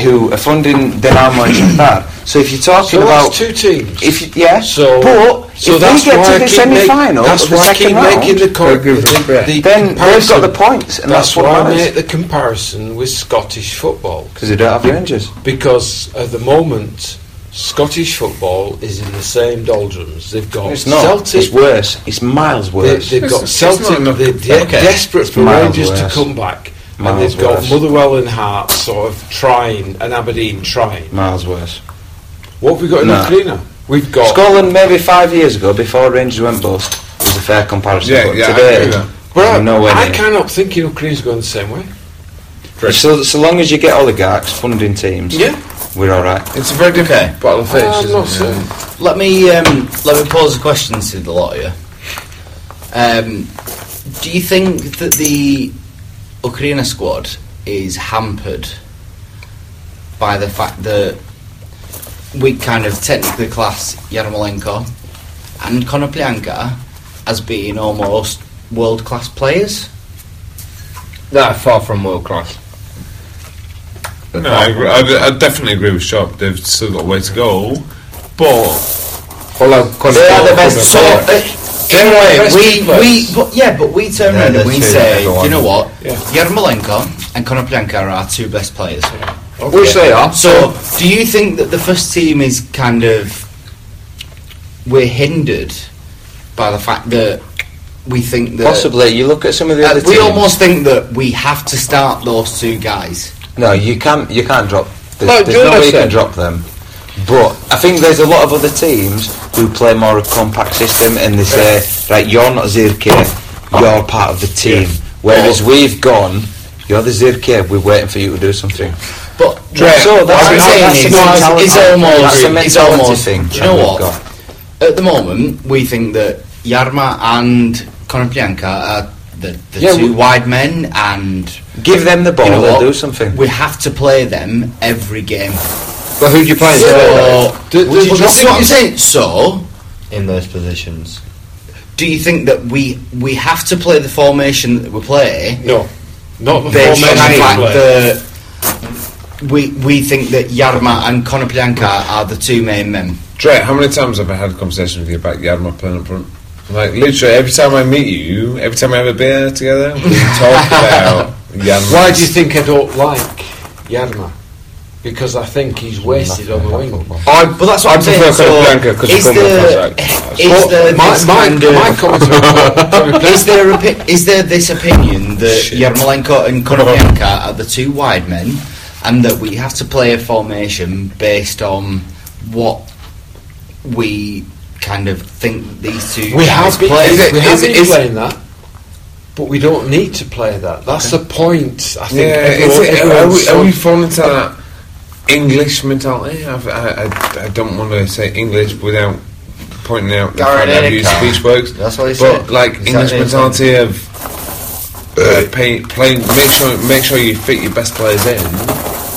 [SPEAKER 1] who are funding Dinamo and Shakhtar. So if you're talking
[SPEAKER 5] So
[SPEAKER 1] about...
[SPEAKER 5] that's two teams.
[SPEAKER 1] if you, yeah,
[SPEAKER 5] So,
[SPEAKER 1] but
[SPEAKER 5] so
[SPEAKER 1] if
[SPEAKER 5] that's
[SPEAKER 1] they
[SPEAKER 5] why
[SPEAKER 1] get
[SPEAKER 5] I
[SPEAKER 1] to the
[SPEAKER 5] keep make-
[SPEAKER 1] semi-final,
[SPEAKER 5] That's
[SPEAKER 1] of the
[SPEAKER 5] why I keep
[SPEAKER 1] second round,
[SPEAKER 5] making the, co- the, the, the
[SPEAKER 1] then they've got
[SPEAKER 5] comparison.
[SPEAKER 1] the points, and that's,
[SPEAKER 5] that's
[SPEAKER 1] what
[SPEAKER 5] why I
[SPEAKER 1] matters.
[SPEAKER 5] make the comparison with Scottish football
[SPEAKER 1] Because they don't have Rangers.
[SPEAKER 5] because at the moment Scottish football is in the same doldrums. They've got
[SPEAKER 1] It's not.
[SPEAKER 5] Celtic.
[SPEAKER 1] It's worse. It's miles
[SPEAKER 5] They,
[SPEAKER 1] worse.
[SPEAKER 5] they've got Celtic. They're de-
[SPEAKER 1] Okay.
[SPEAKER 5] desperate for
[SPEAKER 1] miles
[SPEAKER 5] Rangers
[SPEAKER 1] worse.
[SPEAKER 5] to come back, and
[SPEAKER 1] Miles
[SPEAKER 5] they've got
[SPEAKER 1] worse.
[SPEAKER 5] Motherwell and Hearts sort of trying, and Aberdeen trying.
[SPEAKER 1] miles worse.
[SPEAKER 5] What have we got in
[SPEAKER 1] No.
[SPEAKER 5] Ukraine? We've got
[SPEAKER 1] Scotland maybe five years ago, before Rangers went bust, was a fair comparison.
[SPEAKER 3] Yeah,
[SPEAKER 1] but
[SPEAKER 3] yeah, I agree
[SPEAKER 1] today,
[SPEAKER 3] with that.
[SPEAKER 5] But
[SPEAKER 1] there's no way.
[SPEAKER 5] I
[SPEAKER 1] near.
[SPEAKER 5] cannot think Ukraine's going the same way.
[SPEAKER 1] So, so long as you get oligarchs funding teams,
[SPEAKER 5] Yeah.
[SPEAKER 1] we're all right.
[SPEAKER 9] It's a very different battle of fates,
[SPEAKER 5] I'm
[SPEAKER 9] isn't
[SPEAKER 5] not
[SPEAKER 9] it?
[SPEAKER 5] certain.
[SPEAKER 4] Let me um, let me pose a question to the lot of you. Um, do you think that the Ukraine squad is hampered by the fact that we kind of technically class Yarmolenko and Konoplyanka as being almost world class players?
[SPEAKER 6] They're far from world class.
[SPEAKER 3] No, I, agree, I, I definitely agree with Shop. They've still got a way to go, but
[SPEAKER 4] They are the best. So, uh, in a way,
[SPEAKER 5] best
[SPEAKER 4] we,
[SPEAKER 5] keepers.
[SPEAKER 4] we, but yeah, but we turn around
[SPEAKER 10] the
[SPEAKER 4] and we
[SPEAKER 10] two
[SPEAKER 4] say,
[SPEAKER 10] number
[SPEAKER 4] you know what?
[SPEAKER 5] Yeah.
[SPEAKER 4] Yarmolenko and Konoplyanka are our two best players.
[SPEAKER 1] Which they are.
[SPEAKER 4] So, do you think that the first team is kind of we're hindered by the fact that we think that
[SPEAKER 1] Possibly, you look at some of the
[SPEAKER 4] Uh,
[SPEAKER 1] other
[SPEAKER 4] we
[SPEAKER 1] teams.
[SPEAKER 4] almost think that we have to start those two guys.
[SPEAKER 1] no, you can't. You can't drop. There's,
[SPEAKER 6] Like
[SPEAKER 1] there's no
[SPEAKER 6] Jonas
[SPEAKER 1] way you can
[SPEAKER 6] said.
[SPEAKER 1] drop them. But I think there's a lot of other teams who play more of a compact system, and they say, right, you're not Zirke, you're part of the team. Whereas we've gone, you're the Zirke. We're waiting for you to do something.
[SPEAKER 4] But
[SPEAKER 1] Right. So
[SPEAKER 4] what
[SPEAKER 1] that's-
[SPEAKER 4] I'm
[SPEAKER 1] that's
[SPEAKER 4] saying
[SPEAKER 1] the
[SPEAKER 4] is,
[SPEAKER 1] mentality.
[SPEAKER 4] it's almost,
[SPEAKER 1] That's the
[SPEAKER 4] it's
[SPEAKER 1] mentality
[SPEAKER 4] almost.
[SPEAKER 1] thing
[SPEAKER 4] Do you know
[SPEAKER 1] that we've
[SPEAKER 4] what?
[SPEAKER 1] got.
[SPEAKER 4] At the moment, we think that Yarma and Konoplyanka are the, the
[SPEAKER 1] Yeah,
[SPEAKER 4] two
[SPEAKER 1] we-
[SPEAKER 4] wide men, and
[SPEAKER 1] Give them the ball,
[SPEAKER 4] you know
[SPEAKER 1] they'll
[SPEAKER 4] what?
[SPEAKER 1] do something.
[SPEAKER 4] We have to play them every game.
[SPEAKER 1] But who do you play?
[SPEAKER 4] So,
[SPEAKER 5] Do-
[SPEAKER 4] do,
[SPEAKER 5] do-
[SPEAKER 4] you see what I'm saying? So,
[SPEAKER 10] in those positions.
[SPEAKER 4] do you think that we we have to play the formation that we play?
[SPEAKER 5] No, not the
[SPEAKER 4] based on the
[SPEAKER 5] formation
[SPEAKER 4] fact
[SPEAKER 5] play.
[SPEAKER 4] that we we think that Yarma and Konoplyanka are the two main men.
[SPEAKER 3] Dre, how many times have I had a conversation with you about Yadma playing up front? Like literally every time I meet you, every time I have a beer together, we talk about Yadma.
[SPEAKER 5] Why do you think I don't like Yarma? Because I think he's wasted on the wing.
[SPEAKER 4] I, but that's what I'm
[SPEAKER 3] prefer Konoplyanka 'cause
[SPEAKER 4] is
[SPEAKER 3] he's come with
[SPEAKER 4] there, is
[SPEAKER 5] But
[SPEAKER 4] there
[SPEAKER 5] my,
[SPEAKER 4] this
[SPEAKER 5] my,
[SPEAKER 4] kind of-
[SPEAKER 5] my comments are-
[SPEAKER 4] is there opi- is there this opinion that Yarmolenko and Konoplyanka are the two wide men, and that we have to play a formation based on what we kind of think these two
[SPEAKER 5] we
[SPEAKER 4] guys
[SPEAKER 5] have been,
[SPEAKER 4] play?
[SPEAKER 5] we have
[SPEAKER 3] is
[SPEAKER 5] been
[SPEAKER 3] it- is-
[SPEAKER 5] playing that, but we don't need to play that. That's the point. I
[SPEAKER 3] Yeah, is
[SPEAKER 5] think. everyone,
[SPEAKER 3] it, are,
[SPEAKER 5] everyone's
[SPEAKER 3] we,
[SPEAKER 5] so-
[SPEAKER 3] are we falling into that English mentality? I've, I, I, I don't want to say English without pointing out the
[SPEAKER 10] Garrett
[SPEAKER 3] fact that I've used
[SPEAKER 10] Edeka.
[SPEAKER 3] speech works.
[SPEAKER 10] That's what he
[SPEAKER 3] but
[SPEAKER 10] said.
[SPEAKER 3] like
[SPEAKER 10] Is that
[SPEAKER 3] English
[SPEAKER 10] it?
[SPEAKER 3] mentality of uh, pay, play, make sure make sure you fit your best players in.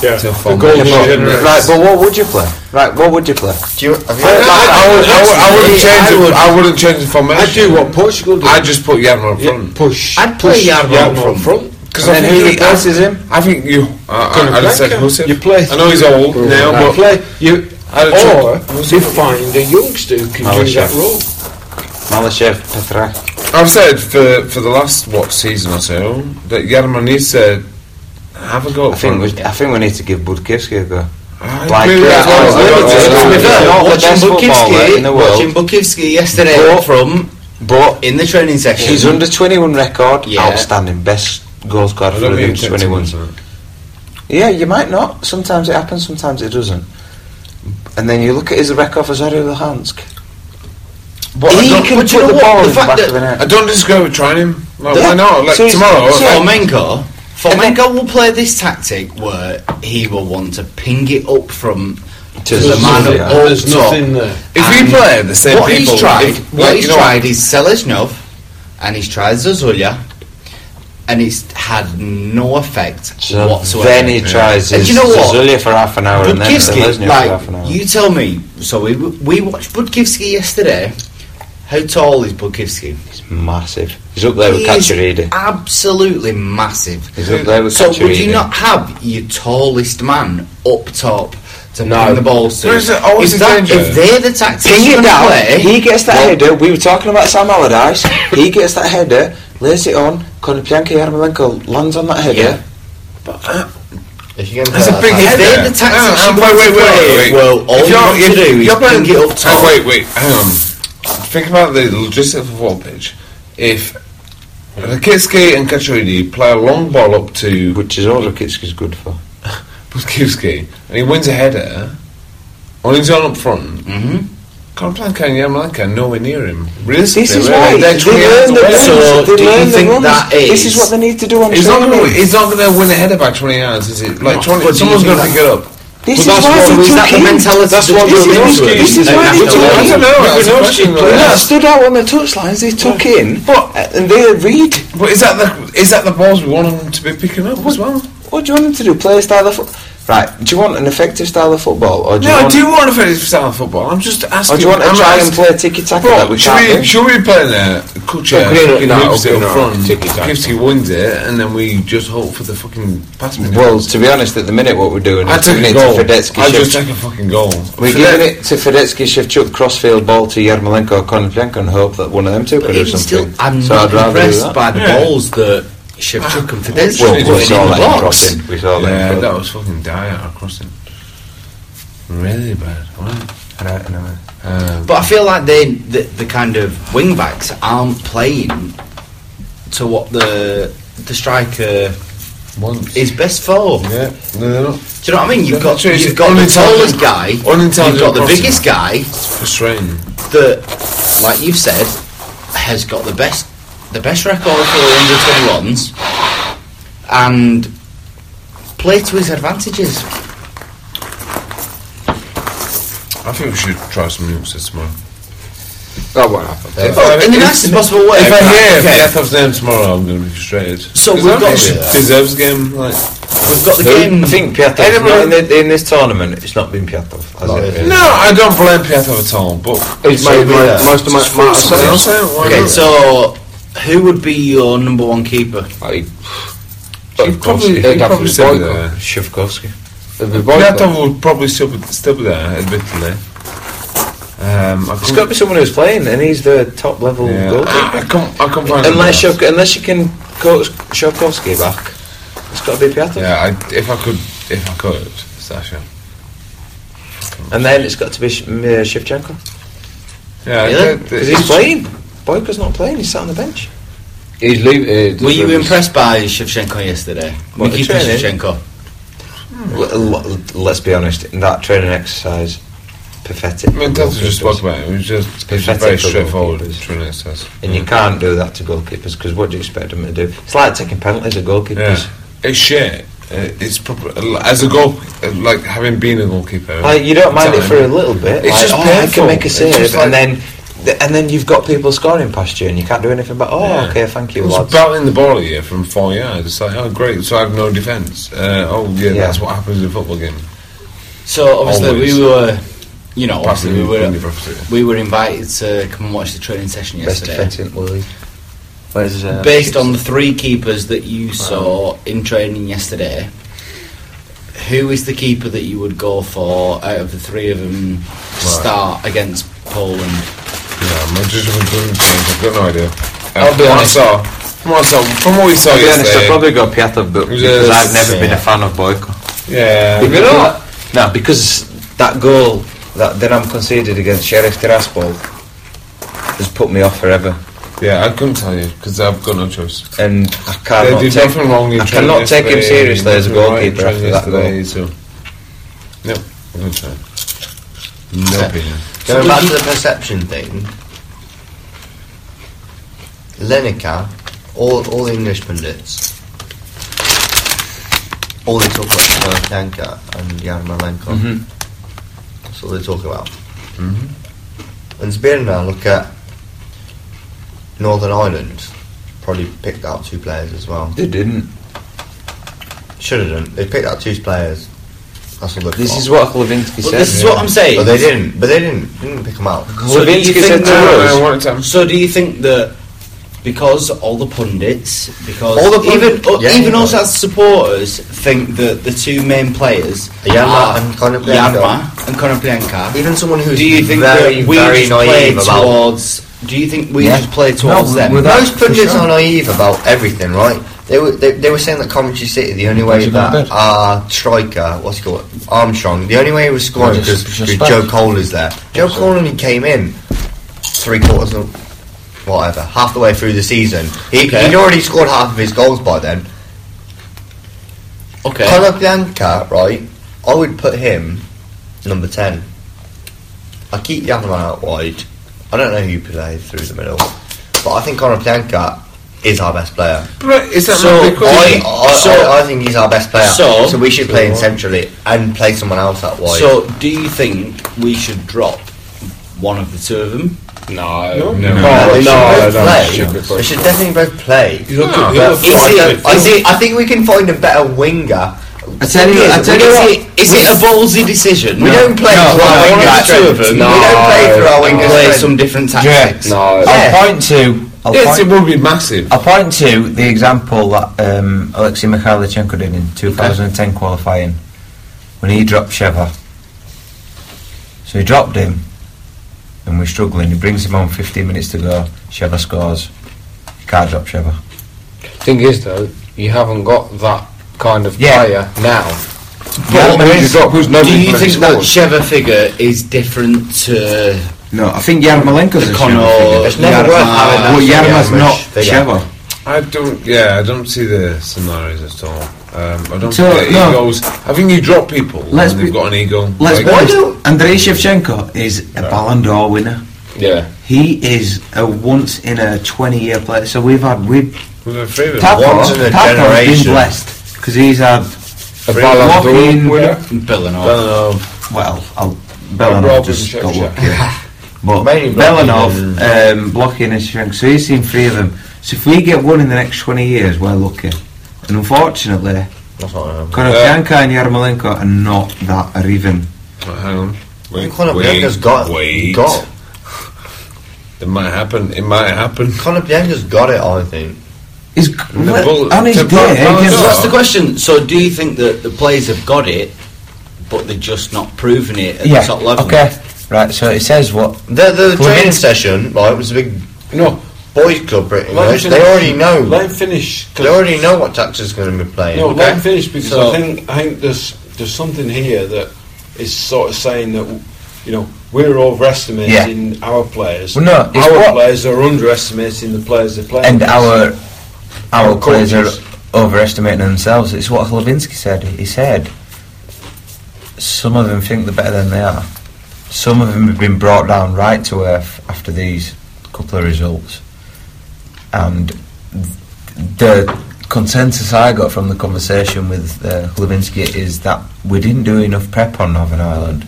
[SPEAKER 5] Yeah.
[SPEAKER 3] To
[SPEAKER 5] The
[SPEAKER 3] form
[SPEAKER 5] goal
[SPEAKER 3] a generous-
[SPEAKER 1] Right, but what would you play? Right, what would you play?
[SPEAKER 10] Do you, have you
[SPEAKER 3] I, I, would, I, would, I wouldn't change
[SPEAKER 5] I
[SPEAKER 3] it.
[SPEAKER 5] would-
[SPEAKER 3] I wouldn't change the formation.
[SPEAKER 5] I do what Portugal do.
[SPEAKER 3] I just put Yarmo up
[SPEAKER 5] Yeah,
[SPEAKER 3] front.
[SPEAKER 5] push.
[SPEAKER 4] I'd play
[SPEAKER 5] push
[SPEAKER 4] Yarmo up
[SPEAKER 5] Yarmo up front.
[SPEAKER 3] Because
[SPEAKER 1] And then who replaces him?
[SPEAKER 3] I think you. I, I, I said Hussif.
[SPEAKER 5] You play.
[SPEAKER 3] I know he's old now,
[SPEAKER 5] Right.
[SPEAKER 3] but
[SPEAKER 5] play you.
[SPEAKER 3] I had a
[SPEAKER 5] Or
[SPEAKER 3] choice.
[SPEAKER 5] you find a youngster who can do that role.
[SPEAKER 1] Malashev, Petra.
[SPEAKER 3] I've said for for the last what season or so that Yarmo needs to have a go.
[SPEAKER 1] I
[SPEAKER 3] at
[SPEAKER 1] think
[SPEAKER 3] front.
[SPEAKER 1] we, I think we need to give Budkivski a go.
[SPEAKER 3] I
[SPEAKER 1] like,
[SPEAKER 3] agree with
[SPEAKER 1] uh,
[SPEAKER 3] that.
[SPEAKER 1] I was
[SPEAKER 3] I
[SPEAKER 1] limited.
[SPEAKER 3] don't know.
[SPEAKER 1] Let's be fair. not the
[SPEAKER 3] Yeah.
[SPEAKER 4] watching
[SPEAKER 1] best footballer in the
[SPEAKER 4] Bukivski,
[SPEAKER 1] world.
[SPEAKER 4] watching Bukivski yesterday
[SPEAKER 1] But-
[SPEAKER 4] from
[SPEAKER 3] But
[SPEAKER 4] in the training session.
[SPEAKER 1] His under 21 record,
[SPEAKER 4] Yeah.
[SPEAKER 1] outstanding, best goal scorer
[SPEAKER 11] I
[SPEAKER 1] for
[SPEAKER 11] don't
[SPEAKER 1] the
[SPEAKER 11] mean
[SPEAKER 1] under
[SPEAKER 11] to
[SPEAKER 1] 21.
[SPEAKER 11] mention that.
[SPEAKER 1] Yeah, you might not. Sometimes it happens, sometimes it doesn't. And then you look at his record for Zaria Luhansk.
[SPEAKER 3] But I
[SPEAKER 1] he
[SPEAKER 3] don't-
[SPEAKER 1] can
[SPEAKER 3] but
[SPEAKER 1] put
[SPEAKER 3] you
[SPEAKER 1] the
[SPEAKER 3] know what?
[SPEAKER 1] ball
[SPEAKER 3] The
[SPEAKER 1] in the
[SPEAKER 3] fact
[SPEAKER 1] back
[SPEAKER 3] that-
[SPEAKER 1] of the
[SPEAKER 3] I
[SPEAKER 1] net.
[SPEAKER 3] don't disagree with trying him. Like,
[SPEAKER 1] Yeah.
[SPEAKER 3] Why not? Like
[SPEAKER 1] So he's-
[SPEAKER 3] tomorrow,
[SPEAKER 1] so-
[SPEAKER 3] like,
[SPEAKER 4] Formenko,
[SPEAKER 1] then-
[SPEAKER 4] Formenko will play this tactic where he will want to ping it up from to
[SPEAKER 1] There's
[SPEAKER 4] the man
[SPEAKER 1] nothing-
[SPEAKER 4] up
[SPEAKER 12] there's
[SPEAKER 4] top.
[SPEAKER 12] nothing there.
[SPEAKER 3] if we
[SPEAKER 4] And
[SPEAKER 3] play the same
[SPEAKER 4] what
[SPEAKER 3] people,
[SPEAKER 4] he's tried,
[SPEAKER 3] if-
[SPEAKER 4] what
[SPEAKER 3] like,
[SPEAKER 4] he's
[SPEAKER 3] you know,
[SPEAKER 4] tried is Selesnov, and he's tried Zazulia, and it's had no effect
[SPEAKER 1] So
[SPEAKER 4] whatsoever.
[SPEAKER 1] then he tries
[SPEAKER 4] And
[SPEAKER 1] his
[SPEAKER 4] you know what?
[SPEAKER 1] Zulia for half an hour and then
[SPEAKER 4] Budkivski,
[SPEAKER 1] Zelezny for half an hour.
[SPEAKER 4] like, you tell me. So we we watched Budkivski yesterday. How tall is Budkivski?
[SPEAKER 1] He's massive. He's up there with
[SPEAKER 4] He is
[SPEAKER 1] Kacharida.
[SPEAKER 4] Absolutely massive.
[SPEAKER 1] He's up there with
[SPEAKER 4] So would you
[SPEAKER 1] Kacharida.
[SPEAKER 4] not have your tallest man up top to
[SPEAKER 12] No.
[SPEAKER 4] ping the balls to?
[SPEAKER 3] There is always
[SPEAKER 4] if,
[SPEAKER 3] a danger.
[SPEAKER 4] if they're the tactics
[SPEAKER 1] Ping
[SPEAKER 4] you're
[SPEAKER 1] it
[SPEAKER 4] gonna
[SPEAKER 1] down.
[SPEAKER 4] play,
[SPEAKER 1] He gets that header. We were talking about Sam Allardyce. he gets that header, lays it on. Konoplyanka Yarmolenko lands on that header.
[SPEAKER 4] Yeah.
[SPEAKER 6] If you can
[SPEAKER 3] That's
[SPEAKER 6] play
[SPEAKER 3] a big
[SPEAKER 6] that
[SPEAKER 4] If
[SPEAKER 3] header.
[SPEAKER 4] they're the tactics
[SPEAKER 3] Hang
[SPEAKER 4] you
[SPEAKER 3] on,
[SPEAKER 4] want
[SPEAKER 3] wait,
[SPEAKER 4] to
[SPEAKER 3] wait,
[SPEAKER 4] play,
[SPEAKER 3] wait, wait.
[SPEAKER 4] well, all
[SPEAKER 3] If
[SPEAKER 4] you
[SPEAKER 3] you're-
[SPEAKER 4] have to
[SPEAKER 3] if
[SPEAKER 4] do is
[SPEAKER 3] you're playing-
[SPEAKER 4] ping it up
[SPEAKER 3] Oh,
[SPEAKER 4] top.
[SPEAKER 3] wait, wait, hang on. Think about the logistics of a football pitch. If Rakitski and Kachuridi play a long ball up to
[SPEAKER 1] Which is all Rakitski's good for.
[SPEAKER 3] Buskivski and he wins a header, on his own up front, mm-hmm. Konoplanka and Yamalenka are nowhere near him. Realistically,
[SPEAKER 1] This is
[SPEAKER 3] really,
[SPEAKER 1] why
[SPEAKER 3] they're
[SPEAKER 1] they
[SPEAKER 3] 20 yards
[SPEAKER 1] learn the
[SPEAKER 3] away.
[SPEAKER 1] runs.
[SPEAKER 4] So do
[SPEAKER 1] they
[SPEAKER 4] you
[SPEAKER 1] learn the
[SPEAKER 4] think
[SPEAKER 1] runs.
[SPEAKER 4] that
[SPEAKER 1] this is
[SPEAKER 4] is-
[SPEAKER 1] what they need to do on
[SPEAKER 3] He's not
[SPEAKER 1] training.
[SPEAKER 3] going to. He's not going to win a header by twenty yards, is it? Like twenty. Someone's going to pick it up.
[SPEAKER 1] This is
[SPEAKER 12] But that's
[SPEAKER 1] why they
[SPEAKER 12] what- is
[SPEAKER 1] took
[SPEAKER 12] that the
[SPEAKER 1] him.
[SPEAKER 12] mentality
[SPEAKER 1] That's
[SPEAKER 12] that
[SPEAKER 1] what
[SPEAKER 12] this
[SPEAKER 1] they
[SPEAKER 12] is
[SPEAKER 1] took-
[SPEAKER 12] into
[SPEAKER 1] This
[SPEAKER 12] it?
[SPEAKER 1] is why
[SPEAKER 12] Like,
[SPEAKER 1] they took
[SPEAKER 12] that's the
[SPEAKER 1] him.
[SPEAKER 3] I
[SPEAKER 12] way-
[SPEAKER 3] don't know. That's a question, though.
[SPEAKER 1] They not stood out on the touchlines. They took in,
[SPEAKER 3] But-
[SPEAKER 1] uh, and they read.
[SPEAKER 3] But is that the is that the balls we want them to be picking up as well?
[SPEAKER 1] What do you want them to do? Play a style of football. Right? Do you want an effective style of football, or do
[SPEAKER 3] No,
[SPEAKER 1] you
[SPEAKER 3] I
[SPEAKER 1] want,
[SPEAKER 3] do want a very style football. I'm just asking.
[SPEAKER 1] or do you want to
[SPEAKER 3] I'm
[SPEAKER 1] try
[SPEAKER 3] asking-
[SPEAKER 1] and play tiki taka
[SPEAKER 3] Bro,
[SPEAKER 1] that we
[SPEAKER 3] should,
[SPEAKER 1] can't
[SPEAKER 3] we,
[SPEAKER 1] do?
[SPEAKER 3] should we play there? Kucha
[SPEAKER 6] Ocarina-
[SPEAKER 3] fucking
[SPEAKER 6] no,
[SPEAKER 3] moves it
[SPEAKER 6] Ocarina,
[SPEAKER 3] up front.
[SPEAKER 6] tiki-taka.
[SPEAKER 3] Kipsky wins it, and then we just hope for the fucking pass. me.
[SPEAKER 1] Well, to be honest, at the minute, what we're doing
[SPEAKER 3] I
[SPEAKER 1] is
[SPEAKER 3] took
[SPEAKER 1] giving
[SPEAKER 3] a
[SPEAKER 1] it
[SPEAKER 3] goal.
[SPEAKER 1] to Fedetsky.
[SPEAKER 3] I just take a fucking goal.
[SPEAKER 1] We're giving it to Fedetsky Shevchuk, crossfield ball to Yarmolenko or Konoplyanka and hope that one of them two
[SPEAKER 4] But
[SPEAKER 1] could do
[SPEAKER 4] even still,
[SPEAKER 1] something.
[SPEAKER 4] I'm
[SPEAKER 1] so
[SPEAKER 4] not
[SPEAKER 1] I'd rather do
[SPEAKER 4] impressed
[SPEAKER 1] that.
[SPEAKER 4] by the
[SPEAKER 3] Yeah.
[SPEAKER 4] balls that Shevchuk
[SPEAKER 1] Ah.
[SPEAKER 4] and Fidesz
[SPEAKER 1] Well,
[SPEAKER 4] were putting
[SPEAKER 1] we saw
[SPEAKER 4] in the
[SPEAKER 1] that in
[SPEAKER 4] box.
[SPEAKER 1] crossing. We saw that in
[SPEAKER 3] Yeah,
[SPEAKER 1] crossing.
[SPEAKER 3] that was fucking dire across it. Really bad. wasn't it?
[SPEAKER 1] Right, no.
[SPEAKER 3] Um,
[SPEAKER 4] But I feel like they, the, the kind of wing backs aren't playing to what the the striker
[SPEAKER 3] once.
[SPEAKER 4] is best for.
[SPEAKER 3] yeah, no, they're not.
[SPEAKER 4] Do you know what I mean? You've got
[SPEAKER 3] That's true, it's
[SPEAKER 4] you've got the
[SPEAKER 3] unintelligent-
[SPEAKER 4] tallest guy, you've
[SPEAKER 3] unintelligent
[SPEAKER 4] got the
[SPEAKER 3] crossing.
[SPEAKER 4] biggest guy
[SPEAKER 3] Frustrating.
[SPEAKER 4] that, like you've said, has got the best the best record for under twenty ones, and play to his advantages.
[SPEAKER 3] I think we should try some youngsters tomorrow.
[SPEAKER 5] That won't happen.
[SPEAKER 3] If
[SPEAKER 4] Well,
[SPEAKER 3] I-
[SPEAKER 4] in the
[SPEAKER 3] if-
[SPEAKER 4] nicest possible way.
[SPEAKER 3] If I hear
[SPEAKER 4] Okay.
[SPEAKER 3] Jacob's name tomorrow, I'm going to be frustrated.
[SPEAKER 4] So
[SPEAKER 3] 'Cause
[SPEAKER 4] we've
[SPEAKER 3] I
[SPEAKER 4] got
[SPEAKER 3] think
[SPEAKER 4] to-
[SPEAKER 3] he deserves a game. Like,
[SPEAKER 4] We've got the game.
[SPEAKER 1] I think Piatov's
[SPEAKER 3] Edinburgh-
[SPEAKER 1] not in, the, in this tournament. It's not been Piatov. Has it?
[SPEAKER 3] no, I don't blame Piatov at all. But
[SPEAKER 5] He's made my, most of my. my
[SPEAKER 3] something else, eh? Why
[SPEAKER 4] Okay,
[SPEAKER 3] not?
[SPEAKER 4] so who would be your number one keeper?
[SPEAKER 3] he'd probably,
[SPEAKER 5] They'd
[SPEAKER 3] he'd
[SPEAKER 5] have
[SPEAKER 3] probably
[SPEAKER 5] to
[SPEAKER 3] still be
[SPEAKER 5] boycott.
[SPEAKER 3] there.
[SPEAKER 1] Shevkovsky.
[SPEAKER 5] it'd be Boyko.
[SPEAKER 3] Piatov would probably still be, still be there, admittedly. Um, I
[SPEAKER 1] It's got to
[SPEAKER 3] couldn't,
[SPEAKER 1] be someone who's playing, and he's the top level
[SPEAKER 3] yeah,
[SPEAKER 1] goalkeeper.
[SPEAKER 3] I, I can't, I can't find
[SPEAKER 1] Unless
[SPEAKER 3] anyone else.
[SPEAKER 1] Shev, unless you can coach Shovkovsky back, it's got to be Piatov,
[SPEAKER 3] yeah, I, if I could, if I could, Sasha.
[SPEAKER 1] and then it's got to be Sh- m- uh, Shevchenko
[SPEAKER 3] Yeah,
[SPEAKER 4] Really?
[SPEAKER 3] the- the-
[SPEAKER 1] because he's playing. Boyko's not playing; he's sat on the bench.
[SPEAKER 5] He's
[SPEAKER 6] uh,
[SPEAKER 5] leaving.
[SPEAKER 4] Were you impressed by Shevchenko yesterday?
[SPEAKER 1] What,
[SPEAKER 4] Nikita
[SPEAKER 1] the training?
[SPEAKER 4] Shevchenko.
[SPEAKER 3] Hmm.
[SPEAKER 1] L- l- let's be honest, in that training exercise, pathetic.
[SPEAKER 3] I mean, that's what we just spoke about. It was just, it was just very
[SPEAKER 1] Pathetic for
[SPEAKER 3] straightforward.
[SPEAKER 1] goalkeepers.
[SPEAKER 3] True necess.
[SPEAKER 1] And you can't do that to goalkeepers because what do you expect them to do? It's like taking penalties at goalkeepers.
[SPEAKER 3] Yeah, it's shit. Uh, It's proper as a goal, uh, like having been a goalkeeper.
[SPEAKER 1] Like you don't mind it
[SPEAKER 3] time.
[SPEAKER 1] for a little bit.
[SPEAKER 3] It's
[SPEAKER 1] like,
[SPEAKER 3] just
[SPEAKER 1] oh, I
[SPEAKER 3] painful.
[SPEAKER 1] can make a
[SPEAKER 3] It's
[SPEAKER 1] save,
[SPEAKER 3] just like-
[SPEAKER 1] and then th- and then you've got people scoring past you, and you can't do anything. But oh,
[SPEAKER 3] Yeah.
[SPEAKER 1] okay, thank you,
[SPEAKER 3] It was
[SPEAKER 1] lads.
[SPEAKER 3] belting the ball at you from four yards. It's like, oh great, so I have no defence. Uh, oh yeah,
[SPEAKER 1] Yeah.
[SPEAKER 3] that's what happens in a football game.
[SPEAKER 4] So obviously
[SPEAKER 3] Always.
[SPEAKER 4] we were,
[SPEAKER 1] Oh,
[SPEAKER 4] you know, obviously
[SPEAKER 3] Passing
[SPEAKER 4] we
[SPEAKER 3] in the
[SPEAKER 4] were
[SPEAKER 3] property.
[SPEAKER 4] we were invited to come and watch the training session
[SPEAKER 1] Best
[SPEAKER 4] yesterday.
[SPEAKER 1] defence in the league. Where's, uh,
[SPEAKER 4] Based on the three keepers that you saw in training yesterday, who is the keeper that you would go for out of the three of them to start against Poland?
[SPEAKER 3] Yeah, my judgment doesn't change. I've got no idea. Uh,
[SPEAKER 1] I'll be
[SPEAKER 3] from what
[SPEAKER 1] honest.
[SPEAKER 3] I saw, from what I saw, from what we saw
[SPEAKER 1] To be honest, I've
[SPEAKER 3] yesterday.
[SPEAKER 1] probably got Piatov, but
[SPEAKER 3] Yes.
[SPEAKER 1] because I've never
[SPEAKER 3] Yeah.
[SPEAKER 1] been a fan of Boyko.
[SPEAKER 3] yeah,
[SPEAKER 1] Because- No, because that goal that Dinam conceded against Sheriff Tiraspol has put me off forever.
[SPEAKER 3] Yeah, I couldn't tell you because I've got no choice.
[SPEAKER 13] And I
[SPEAKER 3] They
[SPEAKER 13] cannot
[SPEAKER 3] did
[SPEAKER 13] take,
[SPEAKER 3] nothing wrong. in
[SPEAKER 13] I
[SPEAKER 3] training
[SPEAKER 13] cannot take him
[SPEAKER 3] yesterday,
[SPEAKER 13] seriously as a
[SPEAKER 3] nothing right in
[SPEAKER 13] goalkeeper after
[SPEAKER 3] training
[SPEAKER 13] that goal.
[SPEAKER 3] yesterday, So, no, I'm not sure. No opinion.
[SPEAKER 12] Going back to the perception thing, Lineker, all, all the English pundits, all they talk about is Lutsenko and Yarmolenko. That's all they talk about. Mm-hmm. And Spear now look at Northern Ireland, probably picked out two players as well.
[SPEAKER 14] They didn't.
[SPEAKER 12] Should have done. They picked out two players. That's all they
[SPEAKER 1] This is what Levinsky
[SPEAKER 4] But
[SPEAKER 1] said.
[SPEAKER 4] this is what I'm saying.
[SPEAKER 12] But they didn't. But they didn't. Didn't pick them out.
[SPEAKER 4] So do you
[SPEAKER 1] Levinsky said
[SPEAKER 4] think
[SPEAKER 1] to
[SPEAKER 4] that-
[SPEAKER 1] us,
[SPEAKER 4] So do you think that because all the pundits, because
[SPEAKER 12] All the pundit-
[SPEAKER 4] even
[SPEAKER 12] yeah,
[SPEAKER 4] even
[SPEAKER 12] yeah.
[SPEAKER 4] us as supporters think that the two main players
[SPEAKER 12] Yanma
[SPEAKER 4] are
[SPEAKER 12] and Konoplyanka.
[SPEAKER 4] Yanma and Konoplyanka.
[SPEAKER 12] Even someone who's
[SPEAKER 4] Do you think
[SPEAKER 12] very,
[SPEAKER 4] that we
[SPEAKER 12] very
[SPEAKER 4] just play
[SPEAKER 12] naive about
[SPEAKER 4] towards? Do you think we
[SPEAKER 12] Yeah.
[SPEAKER 4] just play towards them?
[SPEAKER 12] most pundits are naive about everything, right? They were they, they were saying that Coventry City the only way that our striker what's he called Armstrong the only way he was scoring
[SPEAKER 1] Yeah,
[SPEAKER 12] because
[SPEAKER 1] just-
[SPEAKER 12] because
[SPEAKER 1] just
[SPEAKER 12] Joe
[SPEAKER 1] back.
[SPEAKER 12] Cole is there. Joe Cole only came in three quarters of whatever half the way through the season. He,
[SPEAKER 4] Okay.
[SPEAKER 12] He'd already scored half of his goals by then.
[SPEAKER 4] okay.
[SPEAKER 12] Konoplyanka, right? I would put him number ten. I keep Yamaman out wide. I don't know who plays through the middle, but I think Konoplyanka is our best player.
[SPEAKER 13] But is that
[SPEAKER 4] So,
[SPEAKER 13] not
[SPEAKER 12] I,
[SPEAKER 13] because
[SPEAKER 12] I, I-
[SPEAKER 4] So-
[SPEAKER 12] I, think he's our best player.
[SPEAKER 4] So-
[SPEAKER 12] So, we should play him centrally and play someone else out wide.
[SPEAKER 4] So do you think we should drop one of the two of them?
[SPEAKER 13] no.
[SPEAKER 5] No,
[SPEAKER 12] they should both
[SPEAKER 13] no,
[SPEAKER 12] play.
[SPEAKER 13] should be
[SPEAKER 12] they should definitely both play.
[SPEAKER 5] You look at
[SPEAKER 12] Is it,
[SPEAKER 5] I
[SPEAKER 12] is it, I think we can find a better winger.
[SPEAKER 1] I tell you, I
[SPEAKER 12] Is
[SPEAKER 1] tell
[SPEAKER 12] it-
[SPEAKER 1] you what.
[SPEAKER 4] Is it a ballsy decision?
[SPEAKER 12] We don't play
[SPEAKER 1] No,
[SPEAKER 12] through
[SPEAKER 1] no, one
[SPEAKER 12] our
[SPEAKER 1] of
[SPEAKER 12] wingers.
[SPEAKER 1] the two of them.
[SPEAKER 12] We don't play through our
[SPEAKER 4] We
[SPEAKER 12] wingers.
[SPEAKER 4] play
[SPEAKER 12] strength.
[SPEAKER 4] some different tactics.
[SPEAKER 1] No.
[SPEAKER 12] Yeah.
[SPEAKER 1] I'll point to. I'll
[SPEAKER 13] yes, it
[SPEAKER 1] point,
[SPEAKER 13] would be massive.
[SPEAKER 1] I'll point to the example that um, Alexei Mikhailichenko did in 2010 qualifying when he dropped Sheva. So he dropped him, and we're struggling. He brings him on 15 minutes to go. Sheva scores. You can't drop Sheva.
[SPEAKER 12] Thing is, though, you haven't got that kind of
[SPEAKER 1] Yeah.
[SPEAKER 12] player now.
[SPEAKER 1] Yeah,
[SPEAKER 12] but
[SPEAKER 1] there
[SPEAKER 12] you
[SPEAKER 1] is-
[SPEAKER 12] got- who's nobody
[SPEAKER 4] Do you
[SPEAKER 12] bloody
[SPEAKER 4] think that
[SPEAKER 12] scored.
[SPEAKER 4] Sheva figure is different to
[SPEAKER 15] No, I think Yarmolenko's
[SPEAKER 4] the
[SPEAKER 15] a
[SPEAKER 4] Connor?
[SPEAKER 15] Sheva
[SPEAKER 12] It's never worth having that
[SPEAKER 15] Well,
[SPEAKER 12] sort of
[SPEAKER 15] Yarmolenko's not
[SPEAKER 12] Yarmish figure.
[SPEAKER 15] Sheva.
[SPEAKER 3] I don't. Yeah, I don't see the scenarios at all. Um, I don't
[SPEAKER 15] So,
[SPEAKER 3] think that
[SPEAKER 15] no.
[SPEAKER 3] egos. I think you drop people
[SPEAKER 15] Let's
[SPEAKER 3] when they've
[SPEAKER 15] be-
[SPEAKER 3] got an ego.
[SPEAKER 15] Let's
[SPEAKER 3] Like,
[SPEAKER 15] be honest, Andrei Shevchenko is a Ballon d'Or winner.
[SPEAKER 5] yeah.
[SPEAKER 15] He is a once in a 20 year player. So we've had. We've,
[SPEAKER 3] we've been afraid of
[SPEAKER 15] Papa,
[SPEAKER 12] Once in a
[SPEAKER 15] Papa's been
[SPEAKER 12] generation.
[SPEAKER 15] blessed because he's had.
[SPEAKER 12] A
[SPEAKER 15] Walking,
[SPEAKER 4] Belenov?
[SPEAKER 15] well, I'll,
[SPEAKER 3] Rob
[SPEAKER 15] Belanov
[SPEAKER 3] and
[SPEAKER 15] just got
[SPEAKER 3] Shevchenko.
[SPEAKER 15] lucky. But
[SPEAKER 12] Mainly blocking
[SPEAKER 15] Belanov um, blocking and Shevchenko. So he's seen three of them. So if we get one in the next 20 years, we're lucky. And unfortunately,
[SPEAKER 12] That's not him.
[SPEAKER 15] Konoplyanka and Yarmolenko are not that are even.
[SPEAKER 3] Right, hang on. Wait,
[SPEAKER 12] Konoplyanka's
[SPEAKER 3] wait,
[SPEAKER 12] got,
[SPEAKER 3] wait.
[SPEAKER 12] got
[SPEAKER 3] It might happen. It might happen.
[SPEAKER 12] Konoplyanka's got it. I think.
[SPEAKER 15] Is
[SPEAKER 3] the bull-
[SPEAKER 15] on his
[SPEAKER 3] to
[SPEAKER 15] day.
[SPEAKER 3] Bal- Ballon
[SPEAKER 15] against-
[SPEAKER 4] So that's
[SPEAKER 3] No.
[SPEAKER 4] the question. So do you think that the players have got it, but they're just not proving it at the top level?
[SPEAKER 1] Okay. Right. So it says what
[SPEAKER 12] The the
[SPEAKER 1] Well,
[SPEAKER 12] training
[SPEAKER 1] then-
[SPEAKER 12] session, right, was a big
[SPEAKER 5] No,
[SPEAKER 12] boys club. Pretty
[SPEAKER 5] Let him
[SPEAKER 12] much. They
[SPEAKER 5] finish.
[SPEAKER 12] already know.
[SPEAKER 5] Let him finish. 'cause-
[SPEAKER 12] They already know what tactics going to be playing.
[SPEAKER 5] No,
[SPEAKER 12] okay?
[SPEAKER 5] let him finish because
[SPEAKER 4] So-
[SPEAKER 5] I think I think there's there's something here that is sort of saying that you know we're overestimating our players.
[SPEAKER 1] Well, no, it's
[SPEAKER 5] our
[SPEAKER 1] what-
[SPEAKER 5] players are underestimating the players they're playing.
[SPEAKER 1] and
[SPEAKER 5] against.
[SPEAKER 1] our our
[SPEAKER 5] Our
[SPEAKER 1] players are
[SPEAKER 5] coaches.
[SPEAKER 1] overestimating themselves. It's what Levinsky said. He said some of them think they're better than they are. Some of them have been brought down right to earth after these couple of results, and the consensus I got from the conversation with uh, Levinsky is that we didn't do enough prep on Northern Ireland.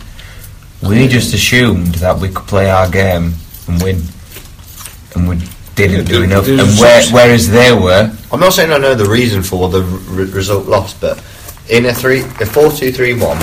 [SPEAKER 1] We just assumed that we could play our game and win, and we didn't do enough. And where, whereas they were,
[SPEAKER 12] I'm not saying I know the reason for the r- result loss, but in a three, a four-two-three-one,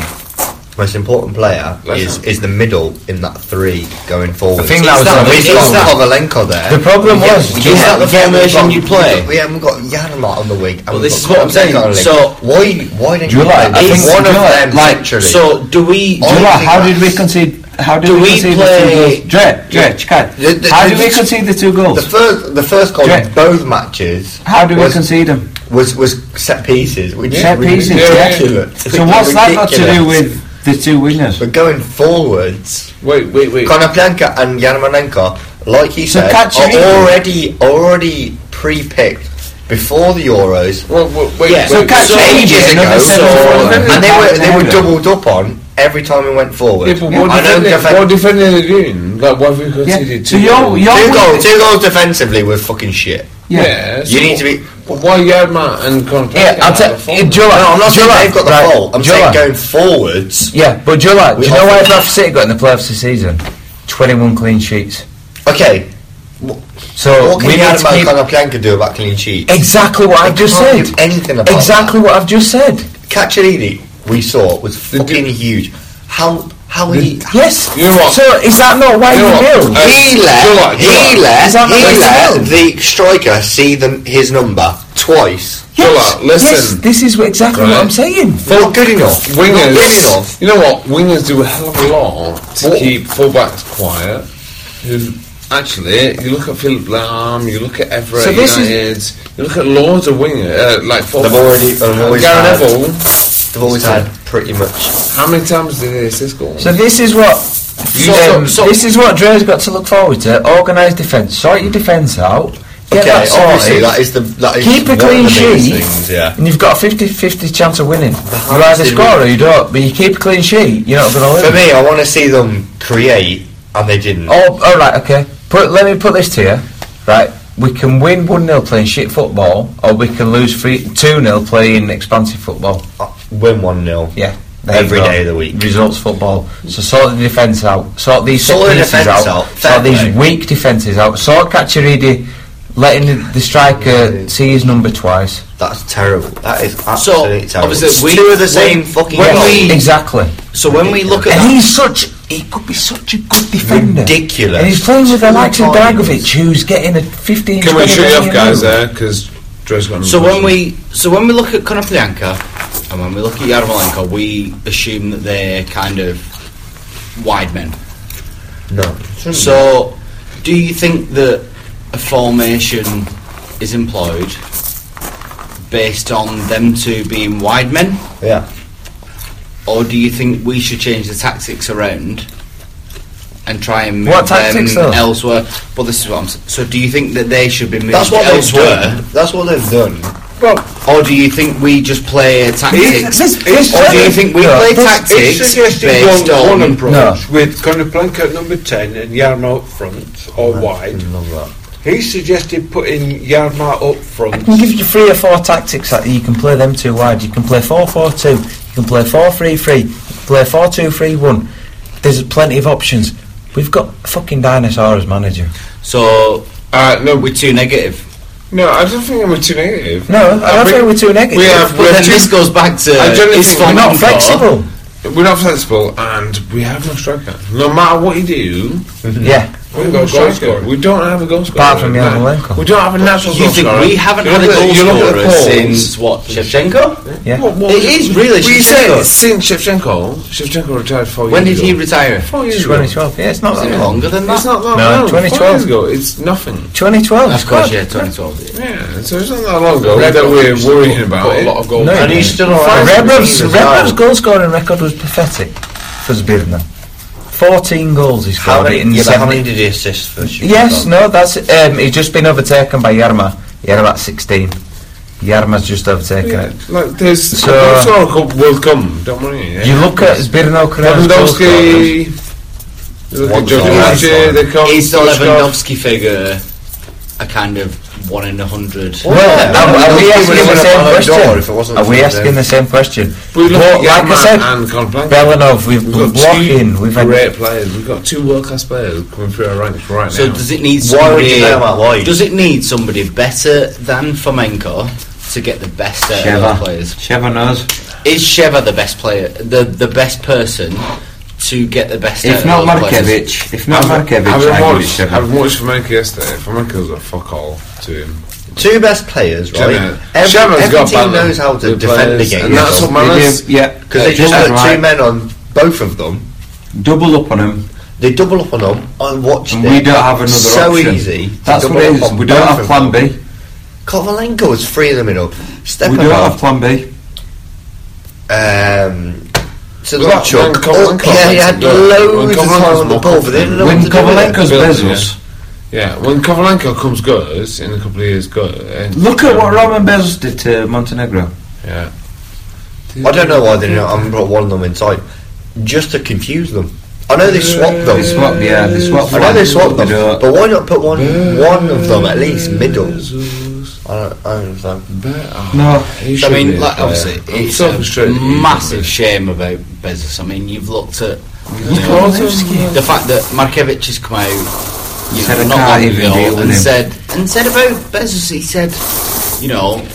[SPEAKER 12] most important player is, is the middle in that three going forward.
[SPEAKER 1] I think that was
[SPEAKER 12] that,
[SPEAKER 1] the
[SPEAKER 12] is
[SPEAKER 1] big
[SPEAKER 12] that
[SPEAKER 1] problem.
[SPEAKER 12] Kovalenko there.
[SPEAKER 1] The problem was,
[SPEAKER 12] we
[SPEAKER 1] you
[SPEAKER 12] get
[SPEAKER 1] had the
[SPEAKER 12] fact we've
[SPEAKER 1] formation
[SPEAKER 12] got-
[SPEAKER 1] you play.
[SPEAKER 12] We haven't got Yarmar on the wing. and
[SPEAKER 4] Well,
[SPEAKER 12] we've
[SPEAKER 4] this
[SPEAKER 12] got
[SPEAKER 4] is what I'm saying.
[SPEAKER 12] Kovalenko on the wing.
[SPEAKER 4] So-
[SPEAKER 12] why why didn't
[SPEAKER 1] Do you
[SPEAKER 12] we
[SPEAKER 1] like- I
[SPEAKER 12] play
[SPEAKER 1] think-
[SPEAKER 12] one
[SPEAKER 1] do
[SPEAKER 12] of
[SPEAKER 1] you like-
[SPEAKER 12] them
[SPEAKER 1] like,
[SPEAKER 12] centrally?
[SPEAKER 4] So do we?
[SPEAKER 12] Oh,
[SPEAKER 1] Do you know,
[SPEAKER 12] I
[SPEAKER 1] how
[SPEAKER 12] think
[SPEAKER 1] did we
[SPEAKER 12] that's-
[SPEAKER 1] concede? How did
[SPEAKER 4] Do
[SPEAKER 1] we,
[SPEAKER 4] we
[SPEAKER 1] concede
[SPEAKER 4] play-
[SPEAKER 1] the two goals? Dre, Dre, Chikad,
[SPEAKER 12] The- the-
[SPEAKER 1] how
[SPEAKER 12] the-
[SPEAKER 1] did we concede the two
[SPEAKER 12] the
[SPEAKER 1] goals?
[SPEAKER 12] first the first goal
[SPEAKER 1] Yeah.
[SPEAKER 12] of both matches.
[SPEAKER 1] how do we
[SPEAKER 12] was,
[SPEAKER 1] concede them?
[SPEAKER 12] was was set pieces. Which is
[SPEAKER 1] Set pieces. Yeah.
[SPEAKER 12] ridiculous.
[SPEAKER 1] So what's that got to do with the two winners?
[SPEAKER 12] But going forwards,
[SPEAKER 3] Wait, wait, wait.
[SPEAKER 12] Konoplyanka and Yarmolenko, like you
[SPEAKER 1] So
[SPEAKER 12] said,
[SPEAKER 1] catch
[SPEAKER 12] are
[SPEAKER 1] anything.
[SPEAKER 12] already already pre-picked before the Euros.
[SPEAKER 3] Well, well, wait,
[SPEAKER 12] Yeah.
[SPEAKER 3] wait,
[SPEAKER 1] So catch ages
[SPEAKER 12] ago,
[SPEAKER 1] another
[SPEAKER 12] so-
[SPEAKER 1] seven for the
[SPEAKER 12] and they were
[SPEAKER 1] Everton.
[SPEAKER 12] they were doubled up on every time we went forward.
[SPEAKER 3] yeah, but what
[SPEAKER 12] I don't
[SPEAKER 3] defending,
[SPEAKER 12] defend-
[SPEAKER 3] what defending are you doing? Like, what have we conceded
[SPEAKER 1] Yeah.
[SPEAKER 3] two?
[SPEAKER 1] So you're,
[SPEAKER 3] goals?
[SPEAKER 1] you're
[SPEAKER 12] two
[SPEAKER 1] with-
[SPEAKER 12] goals, two goals defensively were fucking shit.
[SPEAKER 3] yeah. so
[SPEAKER 12] You need to be.
[SPEAKER 3] But why Yadma and Conte?
[SPEAKER 1] Yeah, I'll tell you. Do you know what?
[SPEAKER 12] No, I'm not
[SPEAKER 1] Do you know
[SPEAKER 12] saying
[SPEAKER 1] what?
[SPEAKER 12] they've got the
[SPEAKER 1] Right,
[SPEAKER 12] fault. I'm
[SPEAKER 1] do you know
[SPEAKER 12] saying
[SPEAKER 1] what?
[SPEAKER 12] going forwards.
[SPEAKER 1] Yeah, but do you know what? Do
[SPEAKER 12] We
[SPEAKER 1] you know why
[SPEAKER 12] often-
[SPEAKER 1] Leicester City got in the playoffs this season? 21 clean sheets.
[SPEAKER 12] Okay,
[SPEAKER 1] So
[SPEAKER 12] what
[SPEAKER 1] we
[SPEAKER 12] can
[SPEAKER 1] need to
[SPEAKER 12] Yadma
[SPEAKER 1] keep
[SPEAKER 12] Konoplyanka do about clean sheets?
[SPEAKER 1] exactly what I've just
[SPEAKER 12] can't
[SPEAKER 1] said.
[SPEAKER 12] do anything about
[SPEAKER 1] exactly what I've just said.
[SPEAKER 12] Cacciarelli, we saw, was fucking huge. How how he
[SPEAKER 1] Yes.
[SPEAKER 3] You know what?
[SPEAKER 1] So is that not why
[SPEAKER 3] You know
[SPEAKER 1] you
[SPEAKER 3] what?
[SPEAKER 1] knew?
[SPEAKER 3] Uh,
[SPEAKER 12] he let
[SPEAKER 3] do you know what, do you know
[SPEAKER 12] he
[SPEAKER 3] what?
[SPEAKER 12] let
[SPEAKER 1] Is that not
[SPEAKER 12] he let
[SPEAKER 1] what
[SPEAKER 12] the striker see them his number twice.
[SPEAKER 1] yes.
[SPEAKER 3] Jola, listen.
[SPEAKER 1] Yes, this is what- exactly what
[SPEAKER 3] Right.
[SPEAKER 1] I'm saying.
[SPEAKER 12] Not good enough.
[SPEAKER 3] Wingers,
[SPEAKER 12] Not good enough.
[SPEAKER 3] you know what? Wingers do a hell of a lot to
[SPEAKER 12] But-
[SPEAKER 3] keep fullbacks quiet. Who actually, you look at Philip Lahm, you look at Everett
[SPEAKER 1] So this is-
[SPEAKER 3] United, you look at loads of wingers uh, like full-
[SPEAKER 12] They've already- they've always
[SPEAKER 3] Gary
[SPEAKER 12] had-
[SPEAKER 3] Neville.
[SPEAKER 12] They've always had pretty much.
[SPEAKER 3] How many times did they assist goals?
[SPEAKER 1] So this is what
[SPEAKER 3] You
[SPEAKER 1] um,
[SPEAKER 3] so- so-
[SPEAKER 1] this is what Dre's got to look forward to. Organised defence. Sort your defence out. Get
[SPEAKER 12] Okay,
[SPEAKER 1] that
[SPEAKER 12] obviously
[SPEAKER 1] sorted.
[SPEAKER 12] that is the that is
[SPEAKER 1] Keep a
[SPEAKER 12] one of
[SPEAKER 1] clean
[SPEAKER 12] the biggest
[SPEAKER 1] sheet,
[SPEAKER 12] Things, yeah.
[SPEAKER 1] and you've got a 50-50 chance of winning. You
[SPEAKER 12] hardest
[SPEAKER 1] either
[SPEAKER 12] thing
[SPEAKER 1] score
[SPEAKER 12] we-
[SPEAKER 1] or you don't, but you keep a clean sheet, you're not going to
[SPEAKER 12] For
[SPEAKER 1] win.
[SPEAKER 12] me, I want to see them create, and they didn't.
[SPEAKER 1] Oh, all right, okay. Put, let me put this to you. Right, we can win 1-0 playing shit football, or we can lose three, 2-0 playing expansive football.
[SPEAKER 12] Uh, Win one 0
[SPEAKER 1] Yeah. Every day
[SPEAKER 12] Every day of the week.
[SPEAKER 1] Results football. So sort the defence out. Sort these set
[SPEAKER 12] Sort the
[SPEAKER 1] pieces
[SPEAKER 12] defence
[SPEAKER 1] out.
[SPEAKER 12] out, fair
[SPEAKER 1] Sort these
[SPEAKER 12] play.
[SPEAKER 1] weak defences out. Sort Cacciaridi letting the, the striker see his number twice.
[SPEAKER 12] That's terrible. That is
[SPEAKER 4] So,
[SPEAKER 12] absolutely terrible.
[SPEAKER 4] obviously,
[SPEAKER 12] It's
[SPEAKER 4] we-
[SPEAKER 12] two of the
[SPEAKER 4] when-
[SPEAKER 12] same fucking.
[SPEAKER 4] when
[SPEAKER 12] goal.
[SPEAKER 4] we-
[SPEAKER 1] Exactly.
[SPEAKER 4] So when we look at
[SPEAKER 1] And
[SPEAKER 4] that,
[SPEAKER 1] he's such. He could be such a good defender.
[SPEAKER 12] Ridiculous.
[SPEAKER 1] And he's playing with the
[SPEAKER 12] Two
[SPEAKER 1] likes of
[SPEAKER 12] times.
[SPEAKER 1] Dragovic, who's getting a 15
[SPEAKER 3] Can we
[SPEAKER 1] 20
[SPEAKER 3] shoot you off,
[SPEAKER 1] million
[SPEAKER 3] guys?
[SPEAKER 1] euro.
[SPEAKER 3] There, because Dre's got.
[SPEAKER 4] so when we so when we look at Konoplyanka and when we look at Yarmolenko, we assume that they're kind of wide men.
[SPEAKER 12] no.
[SPEAKER 4] So, do you think that a formation is employed based on them two being wide men,
[SPEAKER 12] yeah.
[SPEAKER 4] or do you think we should change the tactics around and try and move
[SPEAKER 1] What tactics,
[SPEAKER 4] them
[SPEAKER 1] though?
[SPEAKER 4] elsewhere? Well, this is what I'm. s- So, do you think that they should be moved
[SPEAKER 12] That's what they've
[SPEAKER 4] elsewhere,
[SPEAKER 12] done. That's what they've done.
[SPEAKER 4] or do you think we just play a tactics,
[SPEAKER 1] this- this-
[SPEAKER 4] or do you think we
[SPEAKER 1] No,
[SPEAKER 4] play
[SPEAKER 1] this-
[SPEAKER 5] It's
[SPEAKER 4] tactics
[SPEAKER 5] suggesting
[SPEAKER 4] based
[SPEAKER 5] one, one
[SPEAKER 4] on?
[SPEAKER 5] approach
[SPEAKER 1] No.
[SPEAKER 5] with Konoplanka at number 10 and Yarma up front or wide.
[SPEAKER 12] Love that.
[SPEAKER 5] He suggested putting Yarma up front.
[SPEAKER 1] I can give you three or four tactics that you can play them two wide. You can play 4 4 2, you can play 4 3 3, you can play 4 2 3 1. There's plenty of options. We've got fucking Dinosaur as manager.
[SPEAKER 4] So,
[SPEAKER 3] uh, no,
[SPEAKER 4] we're too negative.
[SPEAKER 3] no, I don't think I'm too negative.
[SPEAKER 1] No, I don't think we're too negative.
[SPEAKER 3] We have,
[SPEAKER 4] But
[SPEAKER 3] we're
[SPEAKER 4] then
[SPEAKER 3] too-
[SPEAKER 4] this goes back to
[SPEAKER 3] I generally
[SPEAKER 4] it's
[SPEAKER 3] think we're
[SPEAKER 1] We're
[SPEAKER 4] from
[SPEAKER 1] not
[SPEAKER 4] Encore.
[SPEAKER 1] flexible.
[SPEAKER 3] We're not flexible, and we have no striker. No matter what you do,
[SPEAKER 1] Yeah.
[SPEAKER 3] we've got a goal scorer. We don't have a goal scorer.
[SPEAKER 1] Apart from
[SPEAKER 3] No.
[SPEAKER 1] Yarmolenko.
[SPEAKER 3] we don't have a natural
[SPEAKER 4] You
[SPEAKER 3] goal
[SPEAKER 4] think
[SPEAKER 3] scorer.
[SPEAKER 4] we haven't
[SPEAKER 3] You
[SPEAKER 4] had a
[SPEAKER 3] look at-
[SPEAKER 4] goal
[SPEAKER 3] you look at the
[SPEAKER 4] scorer
[SPEAKER 3] polls.
[SPEAKER 4] since what Shevchenko?
[SPEAKER 1] Yeah.
[SPEAKER 3] What- what
[SPEAKER 4] It
[SPEAKER 3] was
[SPEAKER 4] is really
[SPEAKER 3] We
[SPEAKER 4] Shevchenko.
[SPEAKER 3] said since Shevchenko, Shevchenko retired four
[SPEAKER 4] When did
[SPEAKER 3] years
[SPEAKER 4] he
[SPEAKER 3] ago.
[SPEAKER 4] retire?
[SPEAKER 3] Four years ago.
[SPEAKER 1] 2012. Yeah, it's not
[SPEAKER 4] Was
[SPEAKER 1] that
[SPEAKER 4] it
[SPEAKER 1] long.
[SPEAKER 4] longer than
[SPEAKER 3] It's
[SPEAKER 4] that?
[SPEAKER 3] not that
[SPEAKER 1] No,
[SPEAKER 3] long.
[SPEAKER 1] 2012.
[SPEAKER 3] Four years ago, it's nothing.
[SPEAKER 1] 2012.
[SPEAKER 4] Of course, yeah, 2012.
[SPEAKER 3] Yeah, so it's not that long ago that we're worrying about
[SPEAKER 5] Put
[SPEAKER 3] it.
[SPEAKER 5] a lot of goals.
[SPEAKER 1] No,
[SPEAKER 12] And he's still alright.
[SPEAKER 1] Redbrook's,
[SPEAKER 12] He's
[SPEAKER 1] Redbrook's
[SPEAKER 12] out.
[SPEAKER 1] goal scoring record was pathetic for Zbirna. 14 goals he
[SPEAKER 12] How
[SPEAKER 1] scored
[SPEAKER 12] many,
[SPEAKER 1] in
[SPEAKER 12] yeah, but how
[SPEAKER 1] 70
[SPEAKER 12] many did he assist for? Sheffield?
[SPEAKER 1] Yes, no, that's um, he's just been overtaken by Yarma. Yarma's sixteen. Yarma's just overtaken
[SPEAKER 3] Yeah,
[SPEAKER 1] it.
[SPEAKER 3] like there's
[SPEAKER 1] So-
[SPEAKER 3] so, goal scorer co- will come. Don't worry. Yeah.
[SPEAKER 1] You look at Zbirno Krasnodar.
[SPEAKER 3] Lewandowski. you look at
[SPEAKER 12] One goal,
[SPEAKER 3] Djokovic,
[SPEAKER 12] yeah.
[SPEAKER 3] They come.
[SPEAKER 4] Is the
[SPEAKER 3] Stoichkov.
[SPEAKER 4] Lewandowski figure a kind of one in a hundred?
[SPEAKER 1] Well, are,
[SPEAKER 12] Yeah,
[SPEAKER 1] are we
[SPEAKER 12] Lewandowski
[SPEAKER 1] asking the
[SPEAKER 12] would've won a
[SPEAKER 1] same
[SPEAKER 12] Ballon d'Or if it
[SPEAKER 1] question?
[SPEAKER 12] wasn't
[SPEAKER 1] Are we
[SPEAKER 12] for
[SPEAKER 1] asking
[SPEAKER 12] them.
[SPEAKER 1] the same question?
[SPEAKER 3] We
[SPEAKER 1] But
[SPEAKER 3] look at
[SPEAKER 1] like I
[SPEAKER 3] Yarman
[SPEAKER 1] said,
[SPEAKER 3] and Konoplanka.
[SPEAKER 1] Belanov, we've
[SPEAKER 3] We've
[SPEAKER 1] been
[SPEAKER 3] got
[SPEAKER 1] blocking.
[SPEAKER 3] two
[SPEAKER 1] We've
[SPEAKER 3] great
[SPEAKER 1] had
[SPEAKER 3] players. We've got two world class players coming through our ranks right
[SPEAKER 4] So
[SPEAKER 3] now.
[SPEAKER 4] does it need
[SPEAKER 12] Why
[SPEAKER 4] somebody?
[SPEAKER 12] would you know about why?
[SPEAKER 4] Does it need somebody better than Fomenko to get the best out of
[SPEAKER 16] Sheva.
[SPEAKER 4] our players?
[SPEAKER 16] Sheva knows.
[SPEAKER 4] Is Sheva the best player, the the best person to get the best out
[SPEAKER 16] If
[SPEAKER 4] of
[SPEAKER 16] not
[SPEAKER 4] our players?
[SPEAKER 16] Markovic, if not Markovic,
[SPEAKER 3] Having
[SPEAKER 16] I would
[SPEAKER 3] watched,
[SPEAKER 16] shove
[SPEAKER 3] having
[SPEAKER 16] him.
[SPEAKER 3] watched Fomenko yesterday, Fomenko's a fuck all to him.
[SPEAKER 12] Two best players, right?
[SPEAKER 3] Shevchenko-
[SPEAKER 12] Every,
[SPEAKER 3] Shevchenko's
[SPEAKER 12] every
[SPEAKER 3] got
[SPEAKER 12] team
[SPEAKER 3] balance.
[SPEAKER 12] knows how to
[SPEAKER 3] Good
[SPEAKER 12] defend
[SPEAKER 3] players,
[SPEAKER 12] against.
[SPEAKER 3] and that's what
[SPEAKER 16] They
[SPEAKER 3] matters.
[SPEAKER 16] do, Yeah,
[SPEAKER 12] because they just
[SPEAKER 16] Yeah,
[SPEAKER 12] put
[SPEAKER 16] right.
[SPEAKER 12] two men on both of them.
[SPEAKER 16] double up on him,
[SPEAKER 12] They double up on them and watch
[SPEAKER 16] and
[SPEAKER 12] it.
[SPEAKER 16] we don't have another
[SPEAKER 12] so
[SPEAKER 16] option.
[SPEAKER 12] easy. to
[SPEAKER 16] That's
[SPEAKER 12] double
[SPEAKER 16] what it
[SPEAKER 12] up
[SPEAKER 16] is.
[SPEAKER 12] on
[SPEAKER 16] We don't
[SPEAKER 12] both
[SPEAKER 16] have
[SPEAKER 12] of
[SPEAKER 16] plan
[SPEAKER 12] them.
[SPEAKER 16] B.
[SPEAKER 12] Kovalenko was freeing them up.
[SPEAKER 16] We don't have
[SPEAKER 12] Stepanov.
[SPEAKER 16] plan B.
[SPEAKER 12] Um, so
[SPEAKER 3] Well, that- when
[SPEAKER 12] Lotchuk.
[SPEAKER 3] Kovalenko
[SPEAKER 12] Oh, yeah, he
[SPEAKER 3] went to
[SPEAKER 12] had
[SPEAKER 3] go- when
[SPEAKER 12] loads of
[SPEAKER 3] Kovalenko
[SPEAKER 12] time
[SPEAKER 3] was
[SPEAKER 12] on the
[SPEAKER 3] more
[SPEAKER 12] ball, but they didn't know
[SPEAKER 16] When
[SPEAKER 12] what to do with it.
[SPEAKER 16] Kovalenko's
[SPEAKER 3] Building,
[SPEAKER 16] Bezos,
[SPEAKER 3] Yeah, when Kovalenko comes goes in a couple of years, go. and-
[SPEAKER 1] Look at what Roman Bezos did
[SPEAKER 16] uh,
[SPEAKER 1] to Montenegro.
[SPEAKER 3] Yeah.
[SPEAKER 12] I don't know why they didn't. I brought one of them inside just to confuse them. I know they swapped them.
[SPEAKER 17] They swapped, yeah, they swapped.
[SPEAKER 12] I know they
[SPEAKER 17] one,
[SPEAKER 12] swapped them,
[SPEAKER 17] don't.
[SPEAKER 12] but why not put one one of them at least middle? I don't, I don't understand.
[SPEAKER 17] No,
[SPEAKER 4] I mean, like, obviously, it's
[SPEAKER 3] so
[SPEAKER 4] a
[SPEAKER 3] frustrated.
[SPEAKER 4] massive shame about Bezos. I mean, you've looked at you
[SPEAKER 1] at
[SPEAKER 4] know,
[SPEAKER 1] Lewandowski.
[SPEAKER 4] the fact that Markovic has come out, you
[SPEAKER 17] Said
[SPEAKER 4] know,
[SPEAKER 17] I
[SPEAKER 4] not
[SPEAKER 17] can't
[SPEAKER 4] long
[SPEAKER 17] even deal
[SPEAKER 4] ago,
[SPEAKER 17] with
[SPEAKER 4] and
[SPEAKER 17] him.
[SPEAKER 4] said and said about Bezos. He said, you know,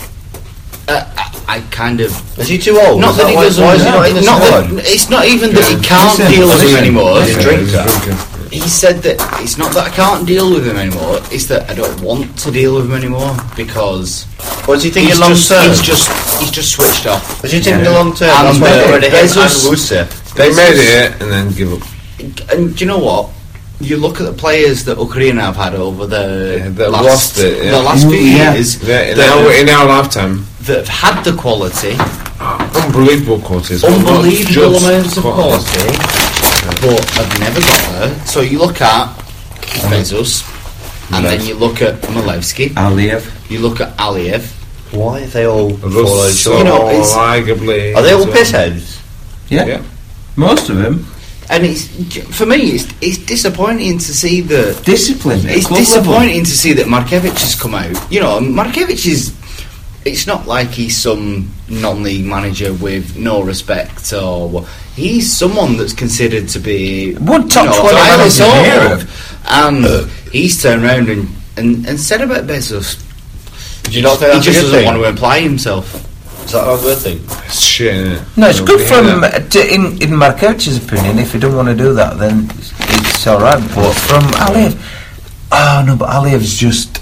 [SPEAKER 4] uh, I, I kind of
[SPEAKER 12] Is he too old?
[SPEAKER 4] not
[SPEAKER 12] Is
[SPEAKER 4] that he
[SPEAKER 12] why-
[SPEAKER 4] doesn't.
[SPEAKER 12] Why is he not in the
[SPEAKER 4] not
[SPEAKER 12] squad?
[SPEAKER 4] that, it's not even that he can't
[SPEAKER 17] Listen,
[SPEAKER 4] deal with him
[SPEAKER 17] listen,
[SPEAKER 4] anymore.
[SPEAKER 12] He's a drinker.
[SPEAKER 4] He said that it's not that I can't deal with him anymore. It's that I don't want to deal with him anymore because
[SPEAKER 12] What is he thinking
[SPEAKER 4] he's
[SPEAKER 12] long
[SPEAKER 4] just,
[SPEAKER 12] term?
[SPEAKER 4] he's just he's just switched off.
[SPEAKER 12] Is he thinking long term?
[SPEAKER 4] And
[SPEAKER 12] That's why
[SPEAKER 4] Bezos-
[SPEAKER 12] they already had
[SPEAKER 4] Bezos-
[SPEAKER 12] Andalusia.
[SPEAKER 3] They made it and then give up.
[SPEAKER 4] And do you know what? You look at the players that Ukraine have had over the
[SPEAKER 3] Yeah, that
[SPEAKER 4] last,
[SPEAKER 3] lost it, yeah.
[SPEAKER 4] the last few
[SPEAKER 17] Yeah.
[SPEAKER 4] years
[SPEAKER 3] They-
[SPEAKER 4] that,
[SPEAKER 3] now,
[SPEAKER 4] have,
[SPEAKER 3] in our lifetime,
[SPEAKER 4] that have had the quality,
[SPEAKER 3] unbelievable qualities.
[SPEAKER 4] unbelievable
[SPEAKER 3] Just
[SPEAKER 4] amounts of
[SPEAKER 3] qualities.
[SPEAKER 4] quality, but have never got there. So you look at Bezos, and then you look at Malevsky,
[SPEAKER 17] Aliyev.
[SPEAKER 4] you look at Aliyev.
[SPEAKER 12] Why are they all following
[SPEAKER 3] Russell,
[SPEAKER 12] short?
[SPEAKER 4] You know, it's-
[SPEAKER 3] arguably.
[SPEAKER 12] Are they all pissheads?
[SPEAKER 17] Yeah.
[SPEAKER 3] Yeah.
[SPEAKER 17] most of them
[SPEAKER 4] And it's for me, it's, it's disappointing to see that
[SPEAKER 17] disciplined. at
[SPEAKER 4] It's
[SPEAKER 17] club level.
[SPEAKER 4] disappointing to see that Markovic has come out. You know, Markovic is. It's not like he's some non-league manager with no respect or. wha- He's someone that's considered to be
[SPEAKER 1] One top
[SPEAKER 4] you know,
[SPEAKER 1] 20
[SPEAKER 4] highly
[SPEAKER 1] manager
[SPEAKER 4] thought
[SPEAKER 1] in
[SPEAKER 4] of.
[SPEAKER 1] Europe.
[SPEAKER 4] and he's turned around and, and, and said about Bezos.
[SPEAKER 12] Do you not think
[SPEAKER 4] he
[SPEAKER 12] that's a
[SPEAKER 4] just
[SPEAKER 12] good
[SPEAKER 4] doesn't
[SPEAKER 12] thing?
[SPEAKER 4] want to imply himself.
[SPEAKER 12] Is that not a good thing?
[SPEAKER 3] It's shit, innit?
[SPEAKER 1] No, it's
[SPEAKER 3] Yeah,
[SPEAKER 1] good
[SPEAKER 3] we
[SPEAKER 1] for
[SPEAKER 3] hate
[SPEAKER 1] him.
[SPEAKER 3] that.
[SPEAKER 1] uh, To, in in Markovic's opinion, if you don't want to do that, then it's- it's all right. But from Aliyev, oh no, but Aliyev's just.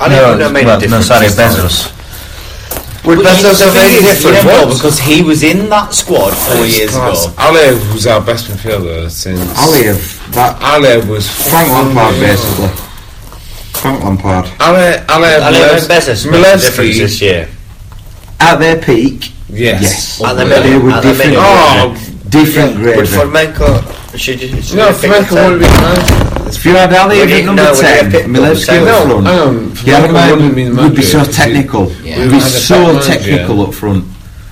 [SPEAKER 12] I
[SPEAKER 1] no,
[SPEAKER 12] don't think it made
[SPEAKER 1] well,
[SPEAKER 12] a
[SPEAKER 1] no,
[SPEAKER 12] difference.
[SPEAKER 1] sorry,
[SPEAKER 12] this time.
[SPEAKER 1] Bezos.
[SPEAKER 12] Would
[SPEAKER 4] But
[SPEAKER 12] Bezos
[SPEAKER 4] the
[SPEAKER 12] have
[SPEAKER 4] thing
[SPEAKER 12] made a
[SPEAKER 4] is, you
[SPEAKER 12] difference?
[SPEAKER 4] don't know,
[SPEAKER 12] What?
[SPEAKER 4] because he was in that squad four years
[SPEAKER 3] Class.
[SPEAKER 4] ago.
[SPEAKER 3] Alev was our best midfielder since.
[SPEAKER 17] Aliyev, that
[SPEAKER 3] Alev was.
[SPEAKER 17] Frank Lampard basically. Frank Lampard
[SPEAKER 3] Ale, Alev,
[SPEAKER 12] And they made Bezos made a difference
[SPEAKER 3] Milevski.
[SPEAKER 12] this year.
[SPEAKER 17] at their peak.
[SPEAKER 3] Yes.
[SPEAKER 12] At the
[SPEAKER 17] they,
[SPEAKER 12] minute-
[SPEAKER 17] were
[SPEAKER 12] at the
[SPEAKER 17] different.
[SPEAKER 12] minute.
[SPEAKER 3] Oh,
[SPEAKER 17] different
[SPEAKER 12] Would
[SPEAKER 17] grade.
[SPEAKER 12] Formenko... Should you... Should
[SPEAKER 3] no,
[SPEAKER 12] you pick a
[SPEAKER 3] Franco
[SPEAKER 12] ten?
[SPEAKER 3] would be manager.
[SPEAKER 17] If you had
[SPEAKER 12] Would
[SPEAKER 17] Aliyev
[SPEAKER 12] he-
[SPEAKER 17] at number
[SPEAKER 12] no, would he have
[SPEAKER 17] ten,
[SPEAKER 12] picked up
[SPEAKER 17] Milevski
[SPEAKER 12] Sale?
[SPEAKER 17] up front.
[SPEAKER 3] Hang on,
[SPEAKER 17] Yeah,
[SPEAKER 3] Franco
[SPEAKER 17] man
[SPEAKER 3] Um, wouldn't have been the
[SPEAKER 17] would be
[SPEAKER 3] manager
[SPEAKER 17] so
[SPEAKER 3] if he-
[SPEAKER 17] technical.
[SPEAKER 4] Yeah.
[SPEAKER 17] Would be
[SPEAKER 3] Had a better
[SPEAKER 17] so
[SPEAKER 3] manager.
[SPEAKER 17] technical up front.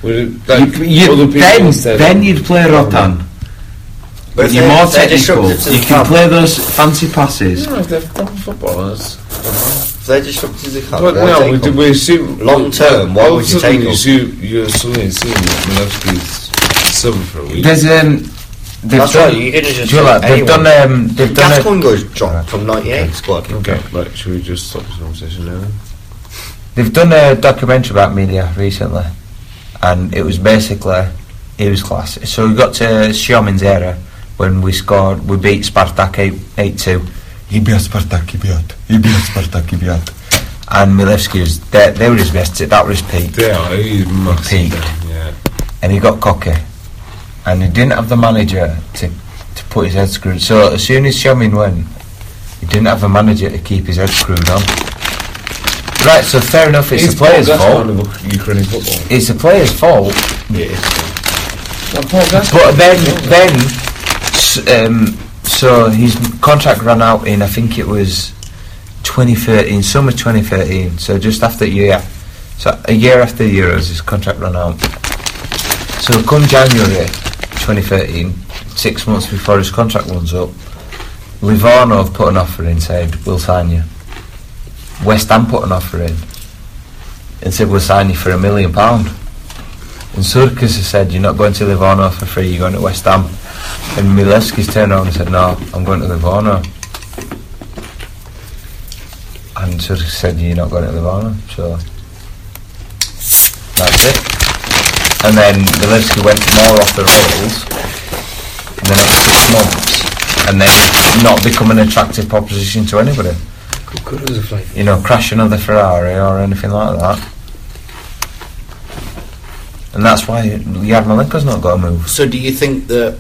[SPEAKER 3] Would it,
[SPEAKER 17] You,
[SPEAKER 3] like,
[SPEAKER 17] you-
[SPEAKER 3] other people
[SPEAKER 17] then,
[SPEAKER 3] instead of-
[SPEAKER 17] then you'd play Rotan.
[SPEAKER 12] But
[SPEAKER 17] But
[SPEAKER 12] if
[SPEAKER 17] you're
[SPEAKER 12] they're-
[SPEAKER 17] more
[SPEAKER 12] they're
[SPEAKER 17] technical.
[SPEAKER 12] disruptive to the
[SPEAKER 17] You can
[SPEAKER 12] club.
[SPEAKER 17] play those fancy passes.
[SPEAKER 3] No, they're proper footballers.
[SPEAKER 12] If They're disruptive to the club.
[SPEAKER 3] But
[SPEAKER 12] they'll
[SPEAKER 3] no,
[SPEAKER 12] take
[SPEAKER 3] we,
[SPEAKER 12] them.
[SPEAKER 3] do we assume
[SPEAKER 12] Long
[SPEAKER 3] well,
[SPEAKER 12] term, why
[SPEAKER 3] all
[SPEAKER 12] would
[SPEAKER 3] of
[SPEAKER 12] you
[SPEAKER 3] a sudden
[SPEAKER 12] take
[SPEAKER 3] you
[SPEAKER 12] him?
[SPEAKER 3] assume, You're suddenly assuming that Milevski's sub for a week.
[SPEAKER 1] There's um. They've
[SPEAKER 12] That's
[SPEAKER 1] done,
[SPEAKER 12] right, you could have just
[SPEAKER 1] do you know,
[SPEAKER 12] said
[SPEAKER 1] like, they've
[SPEAKER 12] anyone.
[SPEAKER 1] done. Um, they've done. A,
[SPEAKER 12] Gascoigne goes dropped from 98 squad.
[SPEAKER 3] okay, right, should we just stop this conversation now?
[SPEAKER 1] they've done a documentary about media recently, and it was basically it was class. So we got to Xiamin's era when we scored, we beat Spartak eight eight two. Ibiat Spartak, Ibiat, Ibiat Spartak, Ibiat. And Milevski was they, they were his best. That was his peak.
[SPEAKER 3] They are, he's massive.
[SPEAKER 1] Peaked.
[SPEAKER 3] Yeah.
[SPEAKER 1] and he got cocky, and he didn't have the manager to, to put his head screwed. So as soon as Shamin went, he didn't have a manager to keep his head screwed on. Right, so fair enough. It's the player's
[SPEAKER 3] Paul
[SPEAKER 1] fault.
[SPEAKER 3] Gascoigne of Ukrainian football.
[SPEAKER 1] It's the player's fault.
[SPEAKER 3] Now, Paul Gascoigne-
[SPEAKER 1] But then, then, s- um, so his contract ran out in I think it was 2013, summer 2013. So just after year, so a year after Euros, his contract ran out. So come January 2013, six months before his contract runs up, Livorno put an offer in, said we'll sign you. West Ham put an offer in, and said we'll sign you for a million pound. And Surkis has said, You're not going to Livorno for free, you're going to West Ham. And Milevski's turned around and said, No, I'm going to Livorno. And Surkis said, You're not going to Livorno. So that's it. And then Milevski went more off the rails in the next six months and then not become an attractive proposition to anybody. You know, crash another Ferrari or anything like that. And that's why Yarmolenko's not got a move.
[SPEAKER 4] So do you think that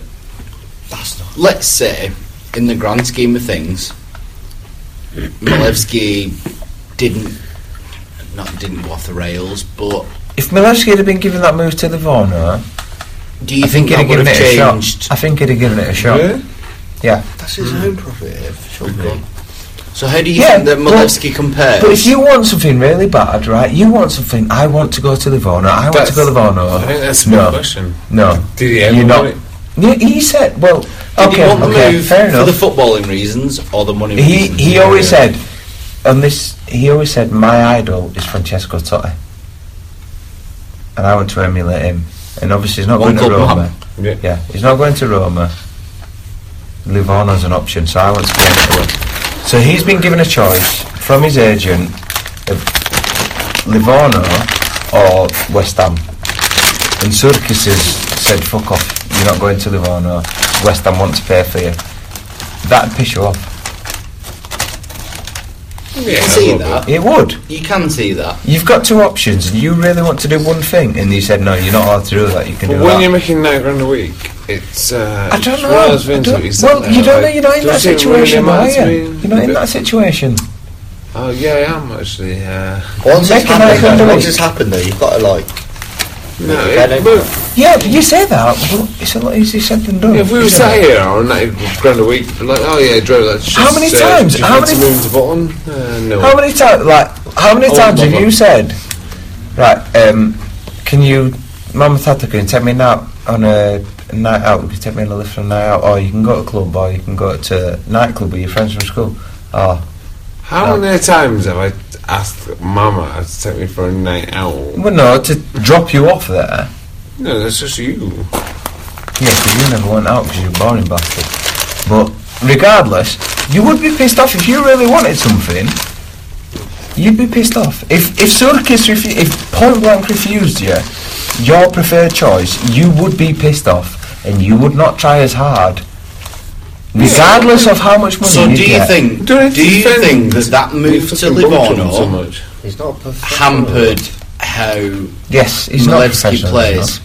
[SPEAKER 4] that's not let's say in the grand scheme of things Malevsky didn't not didn't go off the rails, but
[SPEAKER 1] If Milevski had been given that move to Livorno,
[SPEAKER 4] do you
[SPEAKER 1] I think
[SPEAKER 4] think,
[SPEAKER 1] he'd
[SPEAKER 4] that
[SPEAKER 1] have
[SPEAKER 4] would
[SPEAKER 1] given
[SPEAKER 4] have
[SPEAKER 1] it a
[SPEAKER 4] changed?
[SPEAKER 1] shot. I think he'd have given it a shot.
[SPEAKER 3] Yeah?
[SPEAKER 1] Yeah.
[SPEAKER 4] That's his own profit. If So how do you
[SPEAKER 1] Yeah,
[SPEAKER 4] think that
[SPEAKER 1] but-
[SPEAKER 4] Malevsky compares?
[SPEAKER 1] But if you want something really bad, right? You want something. I want to go to Livorno. I want to go to Livorno.
[SPEAKER 3] I think that's a
[SPEAKER 1] no,
[SPEAKER 3] good question.
[SPEAKER 1] No,
[SPEAKER 3] Did he ever
[SPEAKER 1] You're not-
[SPEAKER 3] want it?
[SPEAKER 1] Yeah, he said. Well,
[SPEAKER 4] Did
[SPEAKER 1] okay,
[SPEAKER 4] he want the
[SPEAKER 1] okay,
[SPEAKER 4] move
[SPEAKER 1] fair enough.
[SPEAKER 4] for the footballing reasons or the money
[SPEAKER 1] he
[SPEAKER 4] reasons?
[SPEAKER 1] he always said, on this, he always said, my idol is Francesco Totti, and I want to emulate him. And obviously, he's not
[SPEAKER 4] One
[SPEAKER 1] going to
[SPEAKER 4] club
[SPEAKER 1] Roma.
[SPEAKER 3] Yeah.
[SPEAKER 1] Yeah, he's not going to Roma. Livorno's an option, so I want to go to it. So he's been given a choice from his agent of Livorno or West Ham. And Surkis has said, fuck off, you're not going to Livorno. West Ham want to pay for you. That'd piss you off.
[SPEAKER 4] You can see that.
[SPEAKER 1] It would.
[SPEAKER 4] You can see that.
[SPEAKER 1] You've got two options, and you really want to do one thing, and you said, no, you're not allowed to do that, you can
[SPEAKER 3] But
[SPEAKER 1] do
[SPEAKER 3] when
[SPEAKER 1] that.
[SPEAKER 3] you're making nine grand a week, it's. Uh,
[SPEAKER 1] I don't
[SPEAKER 3] it's
[SPEAKER 1] know.
[SPEAKER 3] one of those
[SPEAKER 1] I
[SPEAKER 3] things
[SPEAKER 1] don't-
[SPEAKER 3] that is
[SPEAKER 1] well,
[SPEAKER 3] there,
[SPEAKER 1] you don't know.
[SPEAKER 3] like,
[SPEAKER 1] You're not in that
[SPEAKER 3] does it really
[SPEAKER 1] situation, are
[SPEAKER 3] matter to
[SPEAKER 1] you?
[SPEAKER 3] me?
[SPEAKER 1] You're not in
[SPEAKER 3] But-
[SPEAKER 1] that situation.
[SPEAKER 3] Oh, yeah, I am actually. Uh,
[SPEAKER 12] Once it's
[SPEAKER 1] Make an icon
[SPEAKER 12] happened,
[SPEAKER 1] do
[SPEAKER 12] once
[SPEAKER 1] it.
[SPEAKER 12] it's happened, though, you've got to like.
[SPEAKER 3] no,
[SPEAKER 12] if I
[SPEAKER 3] it,
[SPEAKER 12] don't-
[SPEAKER 3] but
[SPEAKER 1] Yeah, but you say that, Uh, well, it's a lot easier said than done.
[SPEAKER 3] if we were
[SPEAKER 1] isn't
[SPEAKER 3] sat
[SPEAKER 1] it?
[SPEAKER 3] here on ninety grand a week, be like, oh yeah, I drove that. Shit,
[SPEAKER 1] How many times?
[SPEAKER 3] Do you
[SPEAKER 1] How
[SPEAKER 3] fancy
[SPEAKER 1] many-
[SPEAKER 3] moving uh, to Bolton? Uh, no.
[SPEAKER 1] How many times, like, how many
[SPEAKER 3] Oh,
[SPEAKER 1] times have
[SPEAKER 3] Mama.
[SPEAKER 1] you said, right, um, can you, Mum and Dad, can you take me now on a night out? Can you take me on a lift for a night out? Or you can go to a club, or you can go to a nightclub with your friends from school. Or,
[SPEAKER 3] How
[SPEAKER 1] Oh.
[SPEAKER 3] many times have I asked Mama to take me for a night out?
[SPEAKER 1] well, no, to drop you off there.
[SPEAKER 3] No, that's just you.
[SPEAKER 1] Yeah, because you never went out because you were born in bastard. But regardless, you would be pissed off if you really wanted something. You'd be pissed off if if Surkis refu- if point blank refused you your preferred choice. You would be pissed off, and you would not try as hard, regardless of how much money.
[SPEAKER 4] So
[SPEAKER 1] you
[SPEAKER 4] do you
[SPEAKER 1] get.
[SPEAKER 4] think?
[SPEAKER 3] Don't have to
[SPEAKER 4] Do you
[SPEAKER 3] defend
[SPEAKER 4] think that that
[SPEAKER 3] You
[SPEAKER 4] move to
[SPEAKER 3] fucking bumped him so
[SPEAKER 4] Livorno
[SPEAKER 3] much.
[SPEAKER 12] He's not a perfect.
[SPEAKER 4] hampered how
[SPEAKER 1] Yes, he's not
[SPEAKER 4] Malevsky
[SPEAKER 1] professional, he's
[SPEAKER 4] plays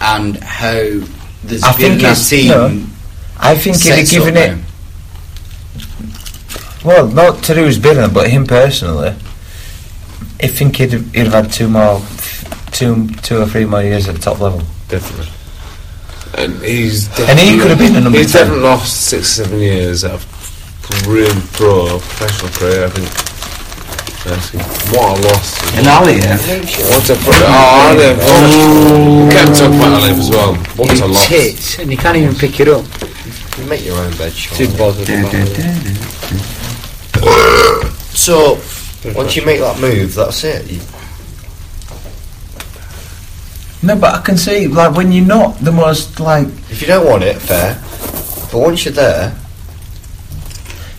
[SPEAKER 4] and how the
[SPEAKER 1] I think
[SPEAKER 4] Zbirna
[SPEAKER 1] it's- no,
[SPEAKER 4] team
[SPEAKER 1] not. I think if
[SPEAKER 4] sets
[SPEAKER 1] he'd given
[SPEAKER 4] up
[SPEAKER 1] it
[SPEAKER 4] now.
[SPEAKER 1] Well, not to do his bidding, but him personally, I think he'd have, he'd have had two more, two, two or three more years at the top level.
[SPEAKER 3] Definitely. And he's definitely,
[SPEAKER 1] And he could have been a number
[SPEAKER 3] He's
[SPEAKER 1] 10.
[SPEAKER 3] definitely lost six, seven years of really pro professional career. I think. Honestly, What a loss!
[SPEAKER 18] In Ali, yeah.
[SPEAKER 3] What a pro- oh, Olive! Oh, can't talk about Olive as well. What a loss!
[SPEAKER 19] Tits, and you can't even pick it up.
[SPEAKER 12] You make your own bed, Sean.
[SPEAKER 5] Too bothered
[SPEAKER 18] Da,
[SPEAKER 5] about
[SPEAKER 18] da,
[SPEAKER 5] it.
[SPEAKER 18] da, da.
[SPEAKER 12] So, once you make that move, that's it. You,
[SPEAKER 1] No, but I can see like when you're not the most like
[SPEAKER 12] if you don't want it, fair. But once you're there,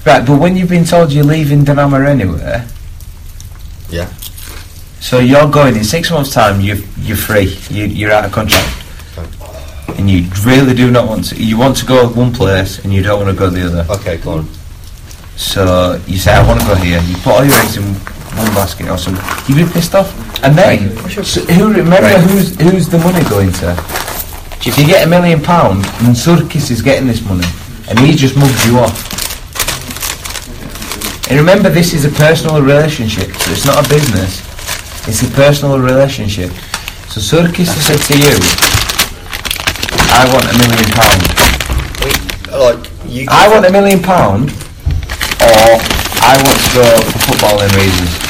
[SPEAKER 1] right, but when you've been told you're leaving Dinamo anyway,
[SPEAKER 12] Yeah.
[SPEAKER 1] So you're going in six months' time. You you're free. You, you're out of contract, and you really do not want to. You want to go one place, and you don't want to go the other.
[SPEAKER 12] okay, go on.
[SPEAKER 1] So you say, I want to go here. You put all your eggs in one basket or something. You'd be pissed off. And then, so who, remember
[SPEAKER 18] Right.
[SPEAKER 1] who's, who's the money going to? If you get a million pound, and Surkis is getting this money, and he just mugs you off. And remember, this is a personal relationship, so it's not a business. It's a personal relationship. So Surkis has said to you, I want a million pound.
[SPEAKER 12] Like you,
[SPEAKER 1] I want a million pound, or I want to go for footballing reasons.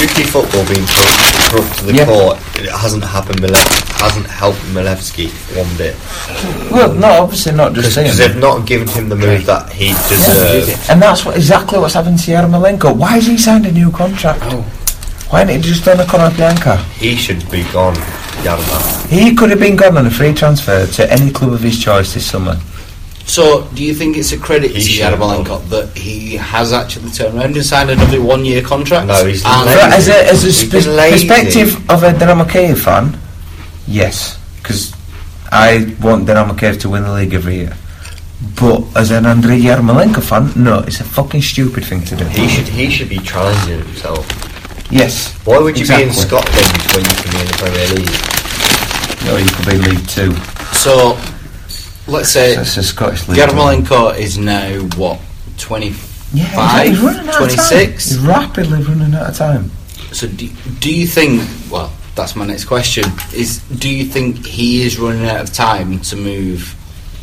[SPEAKER 12] UK football being corrupt, corrupt to the
[SPEAKER 1] Yeah.
[SPEAKER 12] core. It hasn't happened. Mile- hasn't helped Milevski one bit
[SPEAKER 1] Well, no, obviously not just saying.
[SPEAKER 12] because they've not given him the move that he deserved.
[SPEAKER 1] And that's what exactly what's happened to Yarmolenko. Why has he signed a new contract? Why didn't he just done a Konoplyanka?
[SPEAKER 12] He should be gone. Yarma.
[SPEAKER 1] He could have been gone on a free transfer to any club of his choice this summer.
[SPEAKER 4] So, do you think it's a credit
[SPEAKER 12] He
[SPEAKER 4] to
[SPEAKER 12] should have
[SPEAKER 4] Yarmolenko that he has actually turned around and signed another one-year contract?
[SPEAKER 12] No, he's
[SPEAKER 4] And-
[SPEAKER 12] lazy.
[SPEAKER 1] But as a, as a
[SPEAKER 12] He's
[SPEAKER 1] spe-
[SPEAKER 12] been lazy.
[SPEAKER 1] perspective of a Dinamo Kiev fan, yes, because I want Dinamo Kiev to win the league every year. But as an Andrei Yarmolenko fan, no, it's a fucking stupid thing to do.
[SPEAKER 12] He should. He should be challenging himself.
[SPEAKER 1] Mm. Yes.
[SPEAKER 12] Why would you be in
[SPEAKER 1] Exactly.
[SPEAKER 12] Scotland when you can be in the Premier League?
[SPEAKER 1] No, Oh, you could be League Two.
[SPEAKER 4] so, let's say
[SPEAKER 1] That's a Scottish League.
[SPEAKER 4] Eh, Yarmolenko is now what twenty-five,
[SPEAKER 1] Yeah, he's, he's running out
[SPEAKER 4] twenty-six.
[SPEAKER 1] of time. He's rapidly running out of time.
[SPEAKER 4] So, do, do you think? Well, that's my next question. Is do you think he is running out of time to move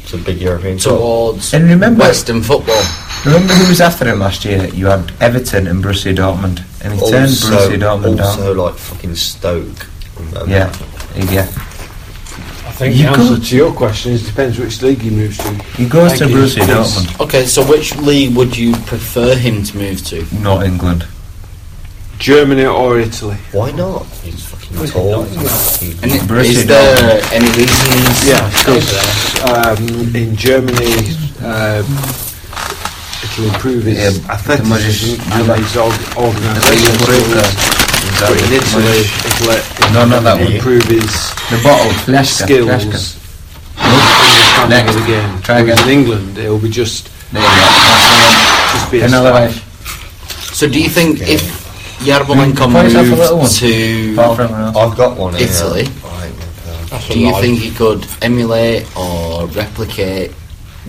[SPEAKER 12] It's a big European. club.
[SPEAKER 4] towards
[SPEAKER 1] And remember-
[SPEAKER 4] Western football?
[SPEAKER 7] Remember who was after it last year? You had Everton and Borussia Dortmund, and he turned
[SPEAKER 12] also,
[SPEAKER 7] Borussia Dortmund
[SPEAKER 12] also
[SPEAKER 7] down.
[SPEAKER 12] like fucking Stoke. Um,
[SPEAKER 7] Yeah, yeah.
[SPEAKER 5] I think
[SPEAKER 7] You
[SPEAKER 5] the answer
[SPEAKER 7] could-
[SPEAKER 5] to your question is depends which league he moves to.
[SPEAKER 7] He goes to
[SPEAKER 5] Thank you.
[SPEAKER 7] Borussia
[SPEAKER 5] Please.
[SPEAKER 7] Dortmund,
[SPEAKER 4] Okay, so which league would you prefer him to move to?
[SPEAKER 7] not England.
[SPEAKER 5] Germany or Italy?
[SPEAKER 12] Why not? He's fucking tall. He's
[SPEAKER 4] And
[SPEAKER 7] Borussia
[SPEAKER 4] is there any reasons?
[SPEAKER 5] Yeah, because um, in Germany, uh, it'll improve his
[SPEAKER 7] Yeah, I think the
[SPEAKER 5] athleticism
[SPEAKER 7] Moses-
[SPEAKER 5] and his org- organisation skills. But in Italy, it'll, it'll
[SPEAKER 7] No, not that one.
[SPEAKER 5] improve his
[SPEAKER 7] The bottle, Fleska,
[SPEAKER 5] skills.
[SPEAKER 7] Fleska.
[SPEAKER 5] and understanding of
[SPEAKER 7] Next.
[SPEAKER 5] the game.
[SPEAKER 7] Try
[SPEAKER 5] Whereas
[SPEAKER 7] again.
[SPEAKER 5] In England, it'll be just
[SPEAKER 7] There you go. That's
[SPEAKER 5] just be
[SPEAKER 7] the
[SPEAKER 5] a
[SPEAKER 7] one. Another
[SPEAKER 5] stab.
[SPEAKER 7] way.
[SPEAKER 4] So do you think if
[SPEAKER 7] Mm, find yourself a little
[SPEAKER 4] Yarmolenko
[SPEAKER 7] one.
[SPEAKER 4] moved
[SPEAKER 7] Far
[SPEAKER 4] to
[SPEAKER 7] from everyone else.
[SPEAKER 12] I've got one. here.
[SPEAKER 4] Italy?
[SPEAKER 12] I ain't got that.
[SPEAKER 4] Do you think he could emulate or replicate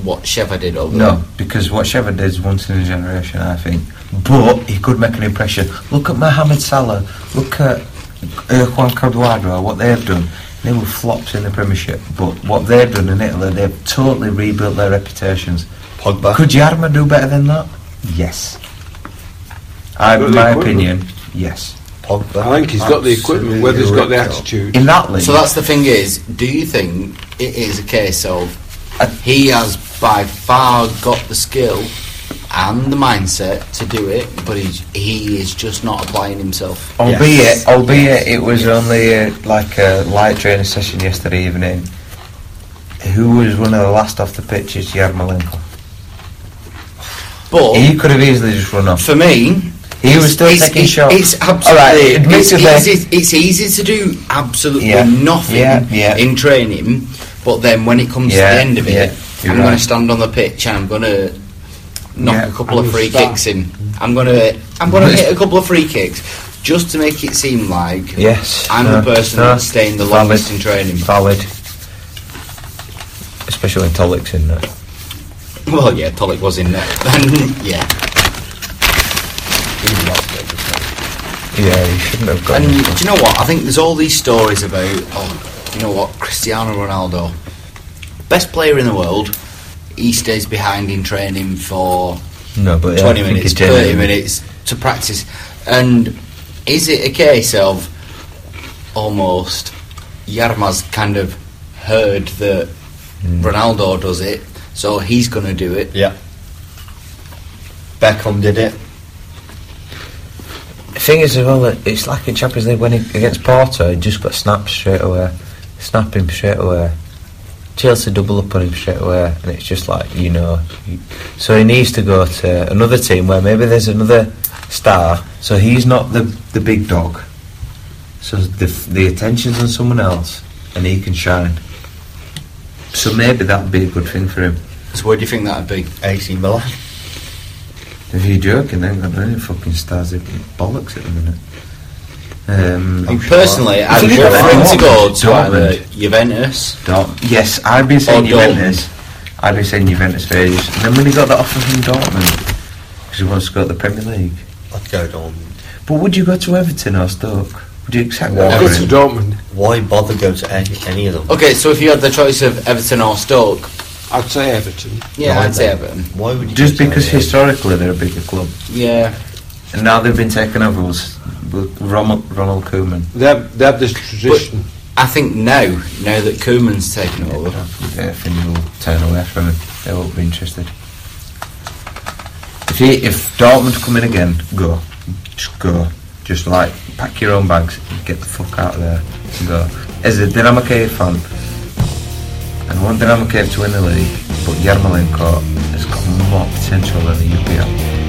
[SPEAKER 4] what Sheva did over
[SPEAKER 7] No, because what Sheva did is once in a generation, I think. But he could make an impression. Look at Mohamed Salah. Look at uh, Juan Cordoado, what they've done. They were flops in the Premiership, but what they've done in Italy, they've totally rebuilt their reputations.
[SPEAKER 12] Pogba.
[SPEAKER 7] Could Yarma do better than that? Yes. I,
[SPEAKER 5] Got the
[SPEAKER 7] my
[SPEAKER 5] equipment.
[SPEAKER 7] opinion, yes.
[SPEAKER 12] Pogba.
[SPEAKER 5] I think he's got the equipment, whether he's got the
[SPEAKER 12] Absolutely.
[SPEAKER 5] attitude.
[SPEAKER 7] In that league,
[SPEAKER 4] So that's the thing is, do you think it is a case of
[SPEAKER 7] I-
[SPEAKER 4] he has by far got the skill and the mindset to do it, but he's, he is just not applying himself?
[SPEAKER 7] albeit, albeit it was only uh, like a light training session yesterday evening. Who was one of the last off the pitch? Is Yarmolenko.
[SPEAKER 4] But
[SPEAKER 7] He could have easily just run off.
[SPEAKER 4] for me,
[SPEAKER 7] He was still
[SPEAKER 4] it's,
[SPEAKER 7] taking
[SPEAKER 4] it's,
[SPEAKER 7] shots.
[SPEAKER 4] It's absolutely.
[SPEAKER 7] All right,
[SPEAKER 4] it's,
[SPEAKER 7] admittedly,
[SPEAKER 4] easy, it's easy to do absolutely
[SPEAKER 7] Yeah,
[SPEAKER 4] nothing
[SPEAKER 7] yeah, yeah.
[SPEAKER 4] in training, but then when it comes
[SPEAKER 7] Yeah,
[SPEAKER 4] to the end of it,
[SPEAKER 7] yeah,
[SPEAKER 4] I'm
[SPEAKER 7] you're
[SPEAKER 4] going
[SPEAKER 7] right.
[SPEAKER 4] to stand on the pitch and I'm going to knock
[SPEAKER 7] Yeah,
[SPEAKER 4] a couple of
[SPEAKER 5] I'm
[SPEAKER 4] free
[SPEAKER 5] gonna start.
[SPEAKER 4] kicks in. I'm going to I'm going to hit a couple of free kicks just to make it seem like
[SPEAKER 7] yes, uh,
[SPEAKER 4] I'm
[SPEAKER 7] no,
[SPEAKER 4] the person
[SPEAKER 7] no,
[SPEAKER 4] that's staying the
[SPEAKER 7] valid,
[SPEAKER 4] longest in training.
[SPEAKER 7] Valid, especially in Tolick's in there.
[SPEAKER 4] Well, yeah, Tolick was in there. yeah,
[SPEAKER 7] Yeah, he shouldn't have gone.
[SPEAKER 4] and do you know what? I think there's all these stories about oh, you know what, Cristiano Ronaldo, best player in the world. He stays behind in training for
[SPEAKER 7] no, but
[SPEAKER 4] 20
[SPEAKER 7] yeah, I think
[SPEAKER 4] minutes,
[SPEAKER 7] he did.
[SPEAKER 4] 30 minutes to practice. And is it a case of almost Yarma's kind of heard that
[SPEAKER 7] Hmm.
[SPEAKER 4] Ronaldo does it, so he's going to do it?
[SPEAKER 12] Yeah. Beckham did it.
[SPEAKER 7] The thing is as well, that it's like in Champions League when he against Porto, he just got snapped straight away, snap him straight away. Chelsea double up on him straight away, and it's just like you know. you- So he needs to go to another team where maybe there's another star. So he's not the the big dog. So the the attention's on someone else, and he can shine. So maybe that would be a good thing for him.
[SPEAKER 4] So where do you think that would be?
[SPEAKER 12] AC Milan.
[SPEAKER 7] If you're joking, then got any fucking stars in bollocks at the minute. Um,
[SPEAKER 4] I mean, personally, I'd
[SPEAKER 7] Isn't it
[SPEAKER 4] prefer him to go
[SPEAKER 7] Dortmund?
[SPEAKER 4] to either
[SPEAKER 7] Dortmund.
[SPEAKER 4] Juventus.
[SPEAKER 7] Dort- yes, I've been saying
[SPEAKER 4] Or
[SPEAKER 7] Juventus. I've been saying Juventus for ages. And then when he got that offer from Dortmund, because he wants to go to the Premier League.
[SPEAKER 12] I'd go down.
[SPEAKER 7] But would you go to Everton or Stoke? Would you accept
[SPEAKER 12] No.
[SPEAKER 7] that?
[SPEAKER 5] Go
[SPEAKER 7] for
[SPEAKER 5] to
[SPEAKER 7] him?
[SPEAKER 5] Dortmund.
[SPEAKER 12] Why bother go to any, any of them?
[SPEAKER 4] Okay, so if you had the choice of Everton or Stoke,
[SPEAKER 5] I'd say Everton.
[SPEAKER 4] yeah,
[SPEAKER 12] Why
[SPEAKER 4] I'd say
[SPEAKER 12] then?
[SPEAKER 4] Everton.
[SPEAKER 12] Why would you
[SPEAKER 7] Just
[SPEAKER 12] go to
[SPEAKER 7] because
[SPEAKER 12] any of them?
[SPEAKER 7] historically they're a bigger club.
[SPEAKER 4] Yeah.
[SPEAKER 7] And now they've been taken over with, with Ronald, Ronald Koeman.
[SPEAKER 5] They have, they have this tradition.
[SPEAKER 4] I think now, now that Koeman's taken over,
[SPEAKER 7] I think will turn away from him. They won't be interested. If he, if Dortmund come in again, go, just go, just like pack your own bags, get the fuck out of there, and go. As a Dynamo Kiev fan, and I want Dynamo Kiev to win the league, but Yarmolenko has got more potential than the UPL.